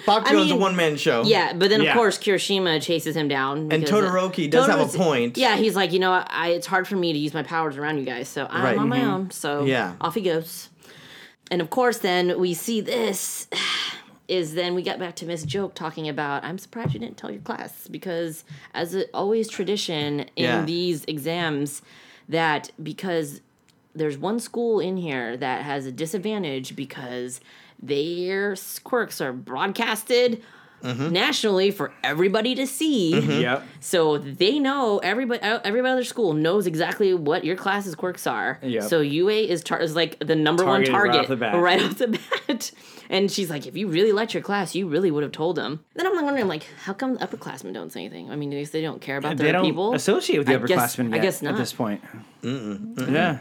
Speaker 1: Bakugo's a
Speaker 3: mean-
Speaker 1: one man show.
Speaker 3: Yeah, but then of
Speaker 2: Yeah.
Speaker 3: course Kirishima chases him down.
Speaker 1: And
Speaker 3: because-
Speaker 1: Todoroki does have a
Speaker 3: Todoroki's-
Speaker 1: point.
Speaker 3: Yeah, he's like, you know, what, I it's hard for me to use my powers around you guys, so I'm
Speaker 1: Right. mm-hmm.
Speaker 3: on my own. So
Speaker 1: Yeah.
Speaker 3: off he goes. And of course, then we see this is then we got back to Miss Joke talking about I'm surprised you didn't tell your class because as it always tradition in
Speaker 1: Yeah.
Speaker 3: these exams that because there's one school in here that has a disadvantage because their s- quirks are broadcasted
Speaker 2: Mm-hmm.
Speaker 3: nationally for everybody to see.
Speaker 2: Yep.
Speaker 3: So they know everybody. Every other school knows exactly what your class's quirks are.
Speaker 2: Yep.
Speaker 3: So UA is tar- is like the number
Speaker 2: Targeted
Speaker 3: one
Speaker 2: right
Speaker 3: target
Speaker 2: off the bat.
Speaker 3: right off the bat. And she's like, if you really liked your class, you really would have told them. Then I'm like wondering, like, how come the upperclassmen don't say anything? I mean, I guess they don't care about
Speaker 2: They
Speaker 3: their
Speaker 2: don't
Speaker 3: people.
Speaker 2: associate with the
Speaker 3: I guess-
Speaker 2: upperclassmen.
Speaker 3: I
Speaker 2: yet
Speaker 3: guess
Speaker 2: At
Speaker 3: not.
Speaker 2: this point. Yeah.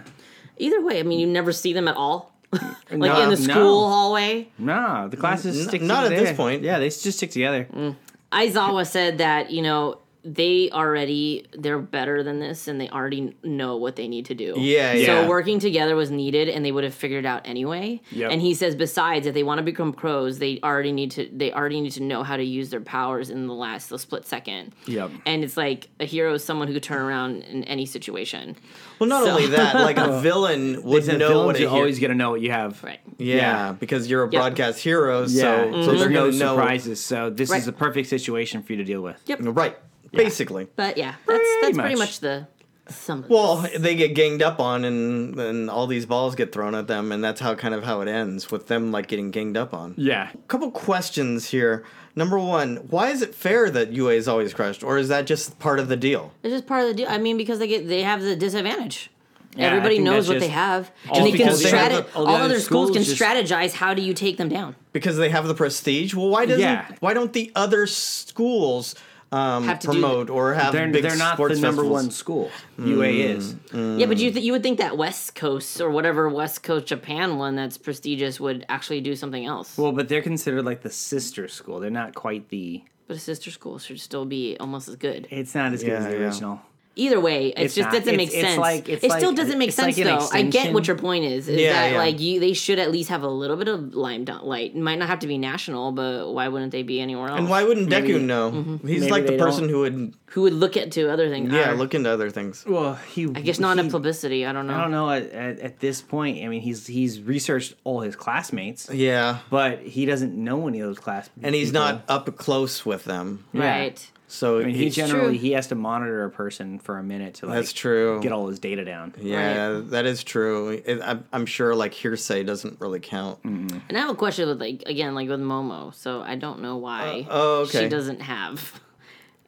Speaker 3: Either way, I mean, you never see them at all, like
Speaker 2: No.
Speaker 3: in
Speaker 2: No.
Speaker 3: the school hallway.
Speaker 2: No, the classes stick
Speaker 1: not at
Speaker 2: together.
Speaker 1: this point.
Speaker 2: Yeah, they just stick together.
Speaker 3: Mm. Aizawa said that you know they already they're better than this, and they already know what they need to do.
Speaker 1: Yeah, yeah.
Speaker 3: So working together was needed, and they would have figured it out anyway.
Speaker 2: Yep.
Speaker 3: And he says, besides, if they want to become pros, they already need to they already need to know how to use their powers in the last the split second.
Speaker 2: Yep.
Speaker 3: And it's like a hero is someone who could turn around in any situation.
Speaker 1: Well, not
Speaker 3: So-
Speaker 1: only that, like a villain would
Speaker 2: Said
Speaker 1: know
Speaker 2: villains,
Speaker 1: what a
Speaker 2: you
Speaker 1: hero.
Speaker 2: always got to know what you have.
Speaker 3: Right.
Speaker 1: yeah, because you're a
Speaker 3: Yep.
Speaker 1: broadcast hero, so
Speaker 2: So,
Speaker 1: so
Speaker 2: there's
Speaker 1: they're
Speaker 2: no
Speaker 1: gonna know.
Speaker 2: surprises. So this
Speaker 3: Right.
Speaker 2: is the perfect situation for you to deal with.
Speaker 3: Yep.
Speaker 1: Right, basically.
Speaker 3: But yeah, that's that's pretty
Speaker 2: much.
Speaker 3: much the sum. Of
Speaker 1: Well,
Speaker 3: this.
Speaker 1: they get ganged up on, and and all these balls get thrown at them, and that's how kind of how it ends with them like getting ganged up on.
Speaker 2: Yeah.
Speaker 1: couple questions here. Number one, why is it fair that UA is always crushed, or is that just part of the deal?
Speaker 3: It's just part of the deal. I mean, because they get they have the disadvantage.
Speaker 2: Yeah, I
Speaker 3: Everybody
Speaker 2: think
Speaker 3: knows
Speaker 2: that's
Speaker 3: what they
Speaker 2: just-
Speaker 3: have,
Speaker 2: all
Speaker 3: and they can
Speaker 1: because they have
Speaker 3: strat-
Speaker 2: the-
Speaker 3: all,
Speaker 2: all the other
Speaker 3: other schools can
Speaker 2: schools just-
Speaker 3: strategize how do you take them down.
Speaker 1: Because they have the prestige. Well, why doesn't
Speaker 2: Yeah.
Speaker 1: why don't the other schools um,
Speaker 3: Have to do-
Speaker 1: promote or have
Speaker 2: They're,
Speaker 1: big
Speaker 2: they're not the
Speaker 1: sports
Speaker 2: number
Speaker 1: festivals?
Speaker 2: one school. Mm-hmm. UA is.
Speaker 3: Yeah, but you
Speaker 2: Hmm.
Speaker 3: th- you would think that West Coast or whatever West Coast Japan one that's prestigious would actually do something else.
Speaker 2: Well, but they're considered like the sister school. They're not quite the.
Speaker 3: but a sister school should still be almost as good.
Speaker 2: It's not as good as
Speaker 1: Yeah,
Speaker 2: the
Speaker 1: yeah.
Speaker 2: original.
Speaker 3: Either way, it
Speaker 2: It's
Speaker 3: just
Speaker 2: not-
Speaker 3: doesn't make
Speaker 2: it's- it's
Speaker 3: sense.
Speaker 2: like- it's
Speaker 3: it still
Speaker 2: like-
Speaker 3: doesn't make
Speaker 2: it's like
Speaker 3: sense
Speaker 2: an
Speaker 3: though. I get
Speaker 2: extension.
Speaker 3: what your point is. Is
Speaker 1: Yeah,
Speaker 3: that
Speaker 1: yeah.
Speaker 3: like you they should at least have a little bit of lime light. It might not have to be national, but why wouldn't they be anywhere else?
Speaker 1: And why wouldn't Deku know? He's
Speaker 2: Mm-hmm. Maybe
Speaker 1: like the
Speaker 2: they don't.
Speaker 1: person who would
Speaker 3: Who would look at to other things?
Speaker 1: yeah
Speaker 3: Our-
Speaker 1: look into other things.
Speaker 2: Well, he.
Speaker 3: I guess not enough publicity. I don't know.
Speaker 2: I don't know. At, at, at this point, I mean, he's he's researched all his classmates,
Speaker 1: Yeah,
Speaker 2: but he doesn't know any of those classmates.
Speaker 1: and he's not up close with them,
Speaker 2: Yeah.
Speaker 3: Right.
Speaker 1: so
Speaker 2: I mean, he
Speaker 1: it's-
Speaker 2: generally
Speaker 3: true.
Speaker 2: he has to monitor a person for a minute to like
Speaker 1: That's true.
Speaker 2: get all his data down.
Speaker 1: yeah, that is true. It, I'm, I'm sure like hearsay doesn't really count.
Speaker 2: Mm.
Speaker 3: And I have a question with like again like with Momo. So I don't know why
Speaker 1: Uh, oh, okay.
Speaker 3: she doesn't have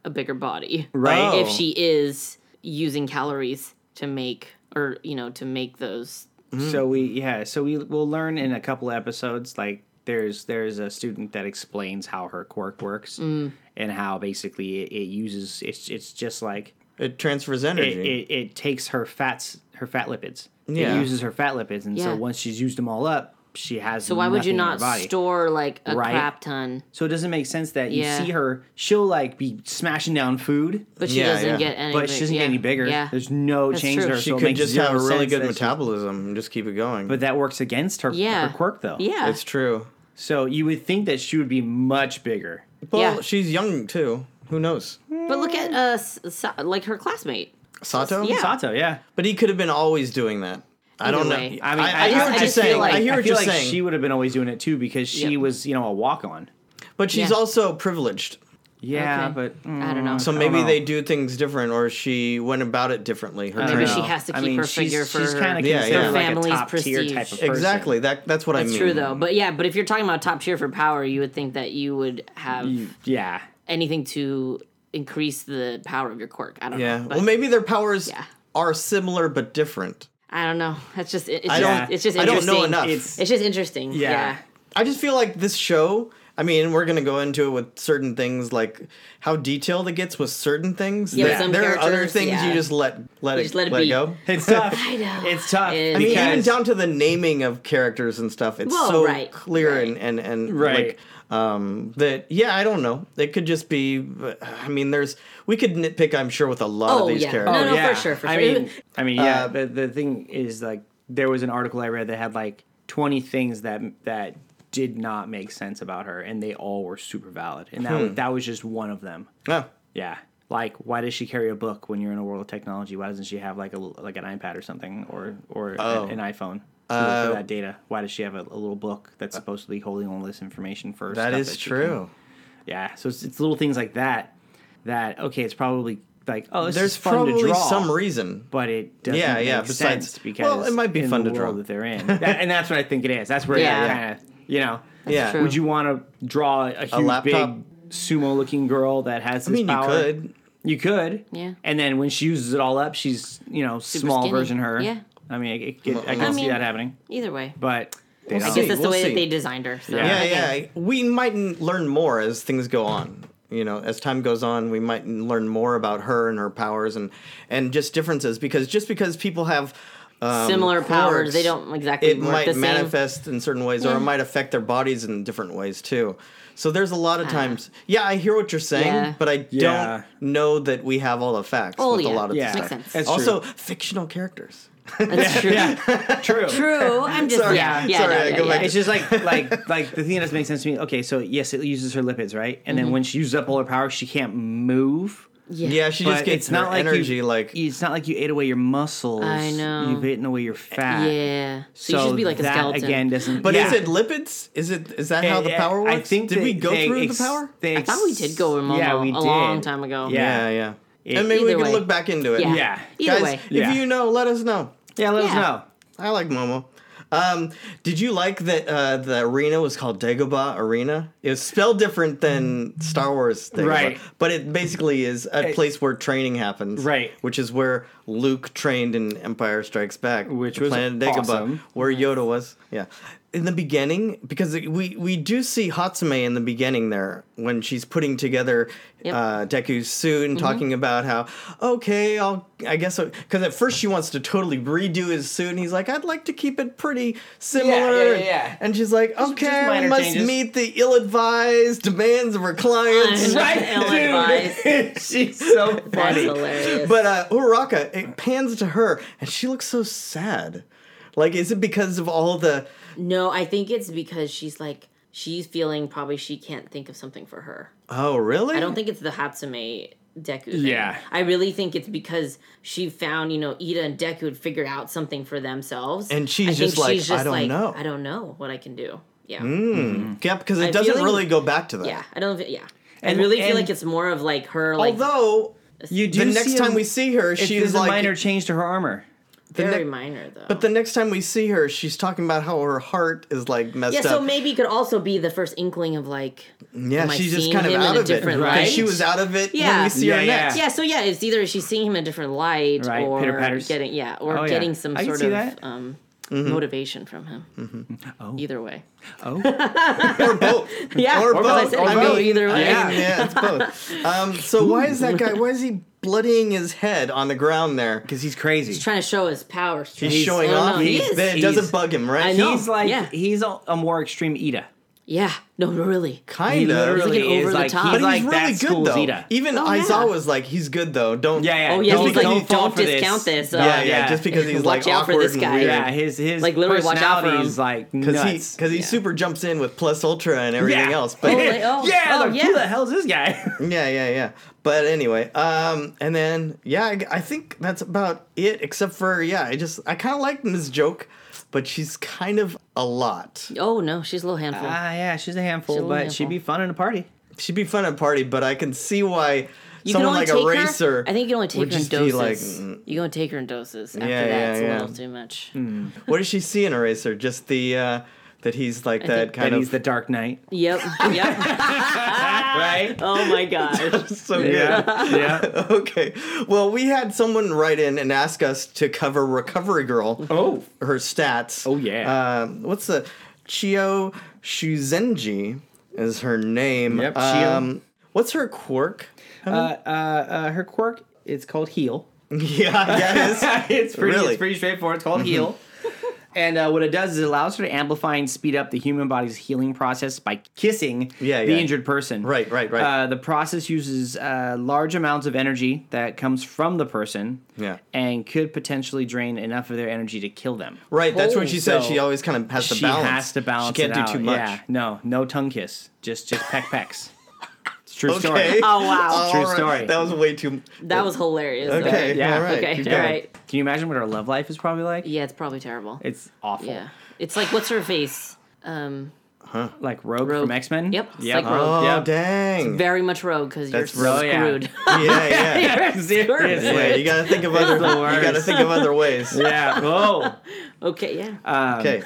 Speaker 3: a bigger body.
Speaker 2: Right?
Speaker 1: Oh.
Speaker 3: If she is using calories to make or you know to make those
Speaker 1: Mm-hmm.
Speaker 2: So we yeah, so we will learn in a couple episodes like there's there's a student that explains how her quirk works
Speaker 3: Mm.
Speaker 2: and how basically it, it uses it's it's just like
Speaker 1: It transfers
Speaker 2: it,
Speaker 1: energy.
Speaker 2: it, it takes her fats her fat lipids.
Speaker 1: Yeah.
Speaker 2: It uses her fat lipids and
Speaker 3: Yeah.
Speaker 2: so once she's used them all up, she has
Speaker 3: So why would you not
Speaker 2: body.
Speaker 3: store like a
Speaker 2: Right.
Speaker 3: crap ton?
Speaker 2: so it doesn't make sense that you
Speaker 3: Yeah.
Speaker 2: see her she'll like be smashing down food
Speaker 3: But she
Speaker 1: Yeah,
Speaker 3: doesn't
Speaker 1: yeah.
Speaker 3: get any
Speaker 2: but she doesn't
Speaker 3: yeah.
Speaker 2: get any bigger.
Speaker 3: Yeah.
Speaker 2: There's no change
Speaker 3: true.
Speaker 2: to her.
Speaker 1: she
Speaker 2: so it
Speaker 1: could
Speaker 2: makes
Speaker 1: just have a
Speaker 2: zero
Speaker 1: really
Speaker 2: sense
Speaker 1: good
Speaker 2: that she-
Speaker 1: metabolism and just keep it going.
Speaker 2: But that works against her,
Speaker 3: Yeah.
Speaker 2: her quirk though.
Speaker 3: yeah.
Speaker 1: it's true.
Speaker 2: So you would think that she would be much bigger.
Speaker 1: Well,
Speaker 3: Yeah.
Speaker 1: she's young too. Who knows?
Speaker 3: But look at uh s- Sa- like her classmate.
Speaker 1: Sato.
Speaker 3: Yeah.
Speaker 2: Sato, yeah.
Speaker 1: But he could have been always doing that. I
Speaker 3: Either
Speaker 1: don't know.
Speaker 3: way.
Speaker 1: I mean, I, hear
Speaker 3: just-
Speaker 1: what
Speaker 3: I
Speaker 1: you're
Speaker 3: just feel
Speaker 1: saying.
Speaker 3: like-
Speaker 1: I hear
Speaker 2: I
Speaker 1: what
Speaker 2: feel
Speaker 1: you're
Speaker 2: like
Speaker 1: saying.
Speaker 2: she would have been always doing it too because she
Speaker 3: Yep.
Speaker 2: was, you know, a walk on.
Speaker 1: but she's
Speaker 3: Yeah.
Speaker 1: also privileged.
Speaker 2: Yeah,
Speaker 3: Okay.
Speaker 2: but mm,
Speaker 3: I don't know.
Speaker 1: So maybe they do things different, or she went about it differently. Her
Speaker 2: I
Speaker 3: Maybe
Speaker 1: training.
Speaker 3: she
Speaker 2: know.
Speaker 3: has to
Speaker 2: I
Speaker 3: keep
Speaker 2: mean,
Speaker 3: her
Speaker 2: she's-
Speaker 3: figure for
Speaker 2: she's
Speaker 3: her-
Speaker 2: kinda
Speaker 1: Yeah,
Speaker 2: considered
Speaker 1: yeah.
Speaker 2: like a
Speaker 3: family's
Speaker 2: top tier
Speaker 3: prestige.
Speaker 2: type of person.
Speaker 1: exactly. That that's what I
Speaker 3: That's
Speaker 1: mean.
Speaker 3: true
Speaker 2: Mm.
Speaker 3: though. But yeah, but if you're talking about top tier for power, you would think that you would have
Speaker 2: You- yeah,
Speaker 3: anything to increase the power of your quirk. I don't
Speaker 1: Yeah.
Speaker 3: know. But
Speaker 1: well, maybe their powers
Speaker 3: Yeah.
Speaker 1: are similar but different.
Speaker 3: I don't know. That's just it- it's
Speaker 1: I
Speaker 3: just
Speaker 1: don't.
Speaker 3: it's just
Speaker 1: I don't
Speaker 3: interesting.
Speaker 1: know enough.
Speaker 2: It's-
Speaker 3: It's just interesting. Yeah.
Speaker 2: Yeah.
Speaker 1: I just feel like this show. I mean, we're gonna go into it with certain things, like how detailed it gets with certain things.
Speaker 3: Yeah,
Speaker 1: there,
Speaker 3: some
Speaker 1: there are other
Speaker 3: characters,
Speaker 1: things you
Speaker 3: yeah.
Speaker 1: just let let it
Speaker 3: just let it be.
Speaker 1: go.
Speaker 2: it's tough.
Speaker 3: I know.
Speaker 2: It's tough.
Speaker 3: It
Speaker 1: I mean,
Speaker 3: Because-
Speaker 1: even down to the naming of characters and stuff, it's
Speaker 3: Well,
Speaker 1: so
Speaker 3: right,
Speaker 1: clear
Speaker 3: right.
Speaker 1: and and and
Speaker 2: Right.
Speaker 1: like um, that. Yeah, I don't know. It could just be. I mean, there's we could nitpick. I'm sure with a lot
Speaker 3: Oh,
Speaker 1: of these
Speaker 3: yeah.
Speaker 1: characters.
Speaker 3: No, no, for sure, for
Speaker 2: I
Speaker 3: sure.
Speaker 2: mean, I mean, yeah.
Speaker 1: Uh,
Speaker 2: the, the thing is, like, there was an article I read that had like 20 things that that did not make sense about her, and they all were super valid, and that
Speaker 1: Hmm.
Speaker 2: that was just one of them.
Speaker 1: No.
Speaker 2: Yeah. Like, why does she carry a book when you're in a world of technology? Why doesn't she have like a l- like an iPad or something, or or
Speaker 1: Oh.
Speaker 2: an iPhone to look
Speaker 1: Uh,
Speaker 2: for that data? Why does she have a, a little book that's supposed to be holding all this information for?
Speaker 1: that
Speaker 2: stuff
Speaker 1: is
Speaker 2: she can-
Speaker 1: true.
Speaker 2: yeah. So it's, it's little things like that. That okay, it's probably like oh, this
Speaker 1: There's
Speaker 2: is fun to
Speaker 1: probably
Speaker 2: draw,
Speaker 1: some reason.
Speaker 2: but it doesn't
Speaker 1: Yeah,
Speaker 2: make
Speaker 1: yeah, besides-
Speaker 2: sense because
Speaker 1: well, it might be
Speaker 2: in
Speaker 1: fun
Speaker 2: the
Speaker 1: to
Speaker 2: world
Speaker 1: draw.
Speaker 2: that they're in, That- and that's what I think it is. That's where yeah,
Speaker 3: Yeah.
Speaker 2: kind of you know.
Speaker 1: yeah.
Speaker 3: true.
Speaker 2: Would you want to draw a huge
Speaker 1: laptop?
Speaker 2: big sumo-looking girl that has this
Speaker 1: mean, you
Speaker 2: power?
Speaker 1: could.
Speaker 2: You could.
Speaker 3: Yeah.
Speaker 2: And then when she uses it all up, she's you know small
Speaker 3: skinny.
Speaker 2: version her.
Speaker 3: Yeah.
Speaker 2: I mean, it, it, I can
Speaker 1: I
Speaker 2: see
Speaker 3: mean-
Speaker 2: that happening,
Speaker 3: Either way.
Speaker 2: but they
Speaker 3: I
Speaker 2: don't.
Speaker 3: guess
Speaker 1: see,
Speaker 3: that's
Speaker 1: we'll
Speaker 3: the way
Speaker 1: see.
Speaker 3: that they designed her. So
Speaker 1: Yeah, um,
Speaker 2: Yeah.
Speaker 3: again,
Speaker 1: yeah. We might n- learn more as things go on. You know, as time goes on, we might n- learn more about her and her powers and and just differences because just because people have um,
Speaker 3: Similar powers,
Speaker 1: quirks,
Speaker 3: they don't exactly
Speaker 1: It
Speaker 3: work
Speaker 1: might
Speaker 3: the same.
Speaker 1: manifest in certain ways, or it
Speaker 3: Yeah.
Speaker 1: might affect their bodies in different ways too. So there's a lot of times. yeah, I hear what you're saying,
Speaker 3: Ah. Yeah.
Speaker 1: but I
Speaker 2: Yeah.
Speaker 1: don't know that we have all the facts
Speaker 3: Oh,
Speaker 1: with a
Speaker 3: yeah.
Speaker 1: lot of
Speaker 2: Yeah.
Speaker 1: this
Speaker 3: Makes
Speaker 1: stuff.
Speaker 3: sense.
Speaker 2: That's
Speaker 1: Also, fictional characters.
Speaker 3: That's true.
Speaker 2: Yeah. True.
Speaker 3: True. I'm just
Speaker 1: Sorry.
Speaker 3: yeah. Yeah.
Speaker 1: Sorry,
Speaker 3: no,
Speaker 1: I
Speaker 3: yeah,
Speaker 1: go
Speaker 3: yeah.
Speaker 1: back
Speaker 2: It's just like like like the thing that doesn't make sense to me. Okay, so yes, it uses her lipids, right? And then when she uses up all her power, she can't move.
Speaker 1: Yeah, she
Speaker 2: But
Speaker 1: just gets
Speaker 2: it's not
Speaker 1: her
Speaker 2: like you-
Speaker 1: energy like
Speaker 2: It's not like you ate away your muscles.
Speaker 3: I know. Eh,
Speaker 2: You've eaten away your fat.
Speaker 3: Yeah. So, you should be like a
Speaker 2: that
Speaker 3: skeleton.
Speaker 2: again. Doesn't.
Speaker 1: But
Speaker 2: yeah.
Speaker 1: is it lipids? Is it is that how the
Speaker 2: Yeah,
Speaker 1: power works?
Speaker 2: I think
Speaker 1: did we
Speaker 2: they-
Speaker 1: go
Speaker 2: they
Speaker 1: through
Speaker 2: ex-
Speaker 1: the power?
Speaker 2: they
Speaker 3: I thought we did go with
Speaker 2: ex- yeah,
Speaker 3: Momo
Speaker 2: we
Speaker 3: a long
Speaker 2: did.
Speaker 3: time ago.
Speaker 1: Yeah,
Speaker 2: Yeah.
Speaker 1: yeah.
Speaker 2: It-
Speaker 1: and maybe we
Speaker 3: Either
Speaker 1: can
Speaker 3: way.
Speaker 1: look back into it.
Speaker 3: Yeah.
Speaker 2: Yeah.
Speaker 3: Either
Speaker 1: Guys,
Speaker 3: way.
Speaker 2: Yeah.
Speaker 1: if you know, let us know.
Speaker 2: Yeah, let us
Speaker 3: Yeah.
Speaker 2: know.
Speaker 1: I like Momo. Um, did you like that uh, the arena was called Dagobah Arena? It was spelled different than Star Wars, Dagobah,
Speaker 2: Right.
Speaker 1: But it basically is a place where training happens,
Speaker 2: Right.
Speaker 1: Which is where Luke trained in Empire Strikes Back,
Speaker 2: Which
Speaker 1: the
Speaker 2: was
Speaker 1: planet Dagobah,
Speaker 2: awesome.
Speaker 1: where Yoda was. Yeah, in the beginning, because we we do see Hatsume in the beginning there when she's putting together
Speaker 3: Yep.
Speaker 1: uh, Deku's suit and talking about how okay, I'll I guess because at first she wants to totally redo his suit, and he's like, I'd like to keep it pretty similar.
Speaker 2: yeah, yeah.
Speaker 1: And she's like, okay, we
Speaker 2: minor
Speaker 1: must
Speaker 2: changes."
Speaker 1: meet the ill-advised demands of our clients.
Speaker 3: Right, ill-advised.
Speaker 2: She's so
Speaker 3: That's
Speaker 2: funny.
Speaker 3: hilarious.
Speaker 1: But uh, Uraka, it pans to her, and she looks so sad. Like, is it because of all the?
Speaker 3: no, I think it's because she's like she's feeling probably she can't think of something for her.
Speaker 1: Oh, really?
Speaker 3: I don't think it's the Hatsume Deku. Thing.
Speaker 2: Yeah.
Speaker 3: I really think it's because she found, you know, Ida and Deku had figured out something for themselves.
Speaker 1: And she's
Speaker 3: I think
Speaker 1: just like, "I don't know." Mm.
Speaker 3: I don't know what I can do. Yeah.
Speaker 1: Yeah, because it
Speaker 3: I'm
Speaker 1: doesn't
Speaker 3: feeling-
Speaker 1: really go back to that.
Speaker 3: Yeah. I don't, yeah.
Speaker 2: And-
Speaker 3: I really
Speaker 2: and-
Speaker 3: feel like it's more of like her, like,
Speaker 1: Although
Speaker 2: You do
Speaker 1: the next
Speaker 2: see
Speaker 1: time
Speaker 2: a-
Speaker 1: we see her,
Speaker 2: It's,
Speaker 1: she's
Speaker 2: there's a
Speaker 1: like
Speaker 2: minor change to her armor.
Speaker 3: very
Speaker 1: ne-
Speaker 3: minor though.
Speaker 1: But the next time we see her, she's talking about how her heart is like messed
Speaker 3: yeah, so
Speaker 1: up.
Speaker 3: maybe it could also be the first inkling of like,
Speaker 1: yeah,
Speaker 3: am I
Speaker 1: she's just
Speaker 3: seeing
Speaker 1: kind of
Speaker 3: him in
Speaker 1: out
Speaker 3: a
Speaker 1: of it.
Speaker 3: different
Speaker 1: Because
Speaker 3: light?
Speaker 1: she was out of it when
Speaker 3: Yeah.
Speaker 1: we see
Speaker 2: Yeah,
Speaker 1: her
Speaker 2: yeah.
Speaker 1: next.
Speaker 3: yeah, so yeah, it's either she's seeing him in a different light
Speaker 2: Right,
Speaker 3: or
Speaker 2: pitter-patters.
Speaker 3: getting, yeah, or
Speaker 2: Oh, yeah.
Speaker 3: getting some
Speaker 2: I can
Speaker 3: sort
Speaker 2: see
Speaker 3: of
Speaker 2: that.
Speaker 3: um,
Speaker 1: Mm-hmm.
Speaker 3: motivation from him.
Speaker 2: Oh.
Speaker 3: Either way.
Speaker 2: Oh,
Speaker 1: Or both.
Speaker 3: Yeah,
Speaker 1: Or
Speaker 3: or
Speaker 1: both.
Speaker 3: both.
Speaker 1: I
Speaker 3: Or both,
Speaker 1: mean,
Speaker 3: either way.
Speaker 1: Yeah,
Speaker 2: Yeah.
Speaker 1: yeah, it's both. Um, so why is that guy? Why is he bloodying his head on the ground there?
Speaker 2: because he's crazy.
Speaker 3: trying to show his powers.
Speaker 1: He's,
Speaker 3: He's-
Speaker 1: showing
Speaker 3: I don't
Speaker 1: off.
Speaker 3: know, he
Speaker 1: He's-
Speaker 3: is.
Speaker 1: That it
Speaker 2: He's-
Speaker 1: doesn't bug him, right?
Speaker 3: I know.
Speaker 2: He's like
Speaker 3: yeah.
Speaker 2: he's a, a more extreme Ida.
Speaker 3: Yeah. No, really.
Speaker 2: He
Speaker 1: kind of.
Speaker 2: literally
Speaker 3: He's like
Speaker 2: is like
Speaker 3: an over-the-top.
Speaker 2: he's
Speaker 1: But
Speaker 2: like
Speaker 1: he's really
Speaker 2: that
Speaker 1: good
Speaker 2: school's
Speaker 1: though.
Speaker 2: Ida.
Speaker 1: Even
Speaker 3: Oh, yeah.
Speaker 1: Aizawa's like, he's good though. Don't.
Speaker 2: Yeah, yeah.
Speaker 3: Oh yeah,
Speaker 1: Don't
Speaker 3: he's like,
Speaker 1: because-
Speaker 3: don't,
Speaker 2: fall for
Speaker 3: discount this. uh,
Speaker 1: Yeah, yeah,
Speaker 2: yeah.
Speaker 1: Just because he's
Speaker 3: Watch
Speaker 1: like
Speaker 3: out for
Speaker 1: awkward
Speaker 3: this
Speaker 1: and
Speaker 3: guy.
Speaker 1: weird.
Speaker 2: Yeah, his his
Speaker 3: Like, literally watch out for
Speaker 2: personality
Speaker 3: him.
Speaker 2: is like
Speaker 1: Because he,
Speaker 2: nuts.
Speaker 1: cause he super jumps in with plus ultra and everything else. But
Speaker 3: Oh, like, oh,
Speaker 2: yeah,
Speaker 3: oh,
Speaker 2: like,
Speaker 3: yeah.
Speaker 2: who the hell's this guy? Uh,
Speaker 1: Yeah, yeah, yeah. But anyway, um, and then yeah, I, I think that's about it. Except for yeah, I just I kind of like Ms. Joke, but she's kind of a lot.
Speaker 3: Oh no, she's a little handful.
Speaker 2: Ah, yeah, she's a handful,
Speaker 3: She's a
Speaker 2: but
Speaker 3: little
Speaker 2: she'd be fun in a party.
Speaker 1: She'd be fun at a party, but I can see why
Speaker 3: You
Speaker 1: someone like a
Speaker 3: take her-
Speaker 1: racer.
Speaker 3: I think you can only take
Speaker 1: would
Speaker 3: her in
Speaker 1: just be
Speaker 3: doses.
Speaker 1: like, mm.
Speaker 3: you can only take her in doses. After
Speaker 1: Yeah,
Speaker 3: that,
Speaker 1: yeah,
Speaker 3: it's
Speaker 1: yeah. Hmm.
Speaker 3: a little too much.
Speaker 1: What does she see in a racer? Just the uh, that he's like that
Speaker 2: And
Speaker 1: kind
Speaker 2: he's
Speaker 1: of.
Speaker 2: the Dark Knight,
Speaker 3: Yep. Yep.
Speaker 2: right?
Speaker 3: oh my gosh.
Speaker 1: so good.
Speaker 2: Yeah, yeah.
Speaker 1: Okay. Well, we had someone write in and ask us to cover Recovery Girl,
Speaker 2: Oh,
Speaker 1: her stats.
Speaker 2: Oh, yeah.
Speaker 1: Um, what's the Chio Shuzenji is her name.
Speaker 2: Yep, Chio.
Speaker 1: Um, what's her quirk?
Speaker 2: uh, uh, uh, her quirk it's called heal.
Speaker 1: yeah, yeah, it is.
Speaker 2: it's pretty.
Speaker 1: Really? Mm-hmm.
Speaker 2: It's pretty straightforward. It's called heal. And uh, what it does is it allows her to amplify and speed up the human body's healing process by kissing
Speaker 1: Yeah,
Speaker 2: the
Speaker 1: yeah.
Speaker 2: injured person.
Speaker 1: Right, right, right.
Speaker 2: Uh, the process uses uh, large amounts of energy that comes from the person
Speaker 1: Yeah.
Speaker 2: and could potentially drain enough of their energy to kill them.
Speaker 1: Right, that's what
Speaker 3: Oh,
Speaker 1: she said.
Speaker 2: so
Speaker 1: She always kind of has to
Speaker 2: she
Speaker 1: balance.
Speaker 2: has to balance.
Speaker 1: She can't
Speaker 2: it
Speaker 1: do
Speaker 2: out.
Speaker 1: too much.
Speaker 2: Yeah, no, no tongue kiss. Just just peck pecks. It's a true
Speaker 1: Okay.
Speaker 2: story.
Speaker 3: Oh wow.
Speaker 1: All
Speaker 2: True story.
Speaker 1: That was way too.
Speaker 3: That was hilarious. though.
Speaker 1: Okay.
Speaker 2: Yeah.
Speaker 1: All right.
Speaker 3: Okay.
Speaker 1: keep
Speaker 3: All
Speaker 1: going.
Speaker 3: right.
Speaker 2: Can you imagine what her love life is probably like?
Speaker 3: Yeah, it's probably terrible.
Speaker 2: It's awful.
Speaker 3: yeah. It's like what's her face? Um,
Speaker 2: Like Rogue,
Speaker 3: Rogue.
Speaker 2: from X Men.
Speaker 3: Yep, it's
Speaker 2: Yep.
Speaker 3: like Rogue.
Speaker 1: Oh
Speaker 2: Yeah.
Speaker 1: dang.
Speaker 3: very much rogue because you're
Speaker 1: That's rogue,
Speaker 2: yeah.
Speaker 3: screwed.
Speaker 1: yeah, yeah.
Speaker 3: You're screwed.
Speaker 1: Yeah, you gotta think of other.
Speaker 2: the
Speaker 1: You gotta
Speaker 2: worst.
Speaker 1: think of other ways.
Speaker 2: yeah. Oh.
Speaker 3: Okay. Yeah.
Speaker 2: Um,
Speaker 1: Okay.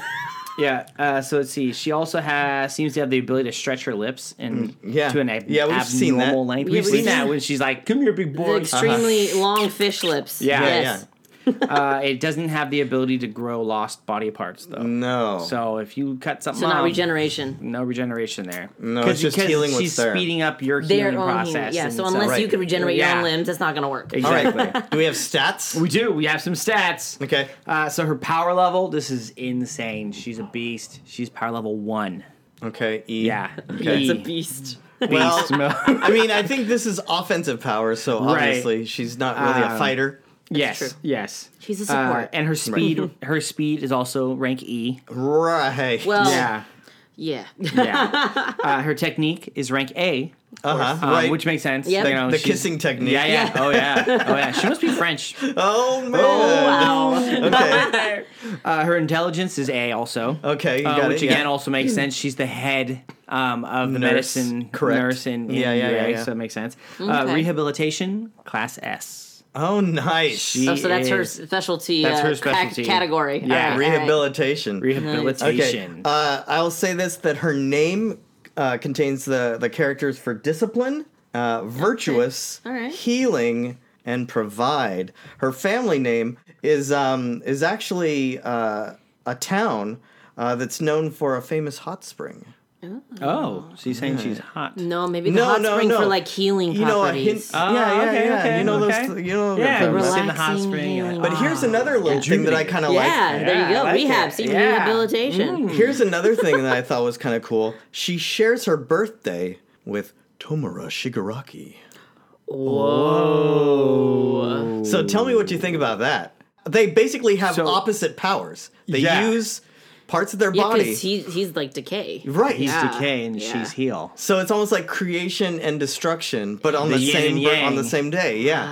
Speaker 2: Yeah. Uh, so let's see. She also has seems to have the ability to stretch her lips and
Speaker 1: Mm, Yeah.
Speaker 2: to an ab-
Speaker 1: Yeah, we've
Speaker 2: abnormal
Speaker 1: seen that.
Speaker 2: length.
Speaker 3: Yeah,
Speaker 2: we've
Speaker 3: we've
Speaker 2: seen that
Speaker 3: seen-
Speaker 2: when she's like, "Come here, big
Speaker 3: the
Speaker 2: boy."
Speaker 3: extremely long fish lips.
Speaker 2: Yeah.
Speaker 1: uh-huh. Yeah,
Speaker 3: Yes.
Speaker 2: Uh, it doesn't have the ability to grow lost body parts though.
Speaker 1: Mm. No.
Speaker 2: So if you cut something,
Speaker 3: So not
Speaker 2: off,
Speaker 3: regeneration.
Speaker 2: no regeneration there.
Speaker 1: No,
Speaker 2: 'Cause-
Speaker 1: it's just
Speaker 2: because
Speaker 1: healing what's
Speaker 2: She's
Speaker 1: there.
Speaker 2: speeding up your
Speaker 3: Their
Speaker 2: healing
Speaker 3: own
Speaker 2: process.
Speaker 3: process. Yeah.
Speaker 2: and
Speaker 3: So unless
Speaker 1: Right.
Speaker 3: you could regenerate your
Speaker 2: Yeah.
Speaker 3: own limbs, that's not gonna work.
Speaker 1: All right.
Speaker 2: exactly.
Speaker 1: Do we have stats?
Speaker 2: we do. We have some stats.
Speaker 1: Okay.
Speaker 2: Uh, so her power level, this is insane. She's a beast. She's power level one.
Speaker 1: Okay. E.
Speaker 2: Yeah.
Speaker 1: Okay.
Speaker 3: It's a beast.
Speaker 1: Well,
Speaker 2: Beast mode.
Speaker 1: I mean, I think this is offensive power, so
Speaker 2: Right.
Speaker 1: obviously she's not really
Speaker 2: Um,
Speaker 1: a fighter.
Speaker 2: yes.
Speaker 3: true.
Speaker 2: Yes.
Speaker 3: She's a
Speaker 2: Uh,
Speaker 3: support.
Speaker 2: and her speed, her speed is also rank E.
Speaker 1: Right.
Speaker 3: Well-
Speaker 2: Yeah.
Speaker 3: yeah.
Speaker 2: Yeah. uh, her technique is rank A,
Speaker 1: uh
Speaker 2: um,
Speaker 1: huh. Right.
Speaker 2: which makes sense.
Speaker 3: Yep.
Speaker 2: You know,
Speaker 1: the
Speaker 2: she's-
Speaker 1: kissing technique.
Speaker 2: Yeah, yeah.
Speaker 3: Yeah.
Speaker 2: Oh yeah. Oh yeah. She must be French.
Speaker 1: Oh man.
Speaker 3: Oh wow.
Speaker 1: Okay.
Speaker 2: Uh, her intelligence is A also.
Speaker 1: Okay. You
Speaker 2: Uh,
Speaker 1: got
Speaker 2: which
Speaker 1: it.
Speaker 2: again
Speaker 1: yeah.
Speaker 2: also
Speaker 3: Hmm.
Speaker 2: makes sense. She's the head um, of the
Speaker 1: Nurse,
Speaker 2: medicine
Speaker 1: correct.
Speaker 2: nurse in, in
Speaker 1: Yeah, yeah,
Speaker 2: UA,
Speaker 1: yeah, yeah.
Speaker 2: so it makes sense. Uh,
Speaker 3: Mm-hmm. Okay.
Speaker 2: rehabilitation class S.
Speaker 1: Oh nice.
Speaker 2: She-
Speaker 3: Oh, so that's her
Speaker 2: is-
Speaker 3: specialty.
Speaker 2: That's
Speaker 3: uh,
Speaker 2: her
Speaker 3: ca-
Speaker 2: specialty. Yeah.
Speaker 3: category. All right, all right.
Speaker 1: Rehabilitation. Okay.
Speaker 2: Rehabilitation.
Speaker 1: Uh, I'll say this: that her name uh, contains the the characters for discipline, uh, virtuous,
Speaker 3: All right.
Speaker 1: healing, and provide. Her family name is um, is actually uh, a town uh, that's known for a famous hot spring.
Speaker 2: Oh, she's saying she's hot.
Speaker 3: No, maybe the
Speaker 1: No,
Speaker 3: hot
Speaker 1: no,
Speaker 3: spring
Speaker 1: no.
Speaker 3: for like healing
Speaker 1: You know a hint.
Speaker 3: properties.
Speaker 1: yeah, yeah,
Speaker 2: Oh, okay,
Speaker 1: yeah.
Speaker 2: okay,
Speaker 1: you know
Speaker 2: okay.
Speaker 1: those. You know.
Speaker 2: Yeah,
Speaker 1: the-
Speaker 2: relax.
Speaker 1: but
Speaker 2: in the hot spring, yeah.
Speaker 3: healing
Speaker 2: But
Speaker 1: here's
Speaker 3: water.
Speaker 1: another little thing that I
Speaker 2: Rejuvenating.
Speaker 1: kind of
Speaker 3: Yeah,
Speaker 1: like.
Speaker 3: there you
Speaker 2: Yeah,
Speaker 3: go.
Speaker 2: I like
Speaker 3: Rehab,
Speaker 2: it.
Speaker 3: see,
Speaker 2: Yeah. Mm,
Speaker 3: rehabilitation.
Speaker 1: Here's another thing that I thought was kind of cool. She shares her birthday with Tomura Shigaraki. Whoa. So tell me what you think about that. They basically have
Speaker 2: So-
Speaker 1: opposite powers. They
Speaker 2: Yeah.
Speaker 1: use parts of their
Speaker 3: Yeah,
Speaker 1: body.
Speaker 3: because he, he's like decay.
Speaker 1: right.
Speaker 2: He's
Speaker 3: Yeah.
Speaker 2: decay and
Speaker 3: yeah.
Speaker 2: she's heal.
Speaker 1: So it's almost like creation and destruction, but on
Speaker 2: The
Speaker 1: the,
Speaker 2: yin
Speaker 1: same
Speaker 2: and
Speaker 1: bir-
Speaker 2: yang.
Speaker 1: on the same day. Yeah.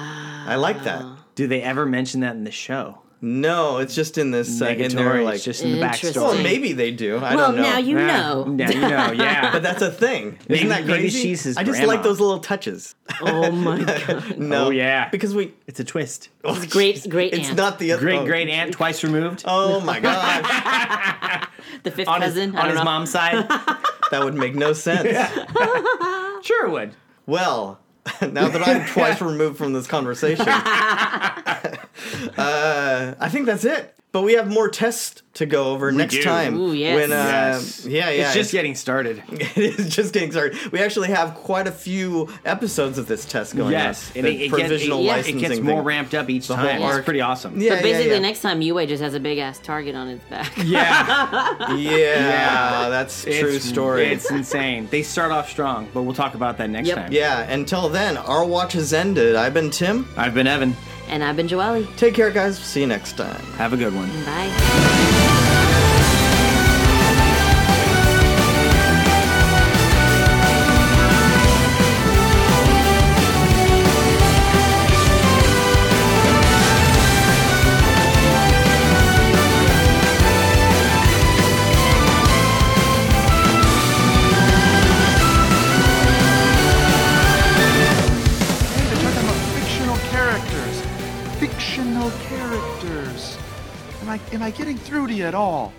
Speaker 1: I like that.
Speaker 2: Do they ever mention that in the show?
Speaker 1: No, it's just in this uh, in their
Speaker 2: Negatory,
Speaker 1: like
Speaker 2: it's just in the
Speaker 3: Interesting.
Speaker 2: backstory.
Speaker 1: Well, maybe they do. I
Speaker 3: well,
Speaker 1: don't know.
Speaker 3: now you
Speaker 2: Yeah.
Speaker 3: know.
Speaker 2: Yeah, you know. Yeah.
Speaker 1: But that's a thing. Isn't
Speaker 2: Maybe-
Speaker 1: that
Speaker 2: maybe
Speaker 1: crazy?
Speaker 2: she's his
Speaker 1: I just
Speaker 2: grandma.
Speaker 1: like those little touches.
Speaker 3: Oh my god.
Speaker 1: No.
Speaker 2: Oh, yeah.
Speaker 1: Because we.
Speaker 2: it's a twist.
Speaker 3: Great, great
Speaker 1: It's
Speaker 3: aunt.
Speaker 1: not the other.
Speaker 2: Great
Speaker 1: oh.
Speaker 2: great aunt, twice removed.
Speaker 1: Oh my god,
Speaker 3: the fifth
Speaker 2: on his,
Speaker 3: cousin. I
Speaker 2: on
Speaker 3: don't
Speaker 2: his
Speaker 3: know.
Speaker 2: mom's side.
Speaker 1: that would make no sense.
Speaker 2: sure would.
Speaker 1: Well, now that I'm twice removed from this conversation, uh, I think that's it. But we have more tests to go over next
Speaker 2: do.
Speaker 1: time.
Speaker 3: Ooh, yes.
Speaker 1: When, uh,
Speaker 2: Yes.
Speaker 1: Yeah, yeah.
Speaker 2: it's just getting started.
Speaker 1: it is just getting started. We actually have quite a few episodes of this test going
Speaker 2: Yes,
Speaker 1: on.
Speaker 2: and
Speaker 1: The
Speaker 2: it, it gets, it,
Speaker 1: provisional
Speaker 2: yeah, it
Speaker 1: licensing
Speaker 2: gets more
Speaker 1: thing.
Speaker 2: ramped up each
Speaker 1: whole
Speaker 2: time. It's
Speaker 1: arc.
Speaker 2: pretty awesome.
Speaker 1: Yeah,
Speaker 3: But basically,
Speaker 1: yeah, yeah.
Speaker 3: next time Uwe just has a big ass target on his back.
Speaker 2: yeah,
Speaker 1: Yeah, that's
Speaker 2: it's-
Speaker 1: true story.
Speaker 2: It's insane. They start off strong, but we'll talk about that next
Speaker 3: Yep.
Speaker 2: time.
Speaker 1: yeah, until then, our watch has ended. I've been Tim.
Speaker 2: I've been Evan.
Speaker 3: and I've been Joelle.
Speaker 1: Take care, guys. See you next time.
Speaker 2: Have a good one.
Speaker 3: Bye.
Speaker 4: Am I getting through to you at all?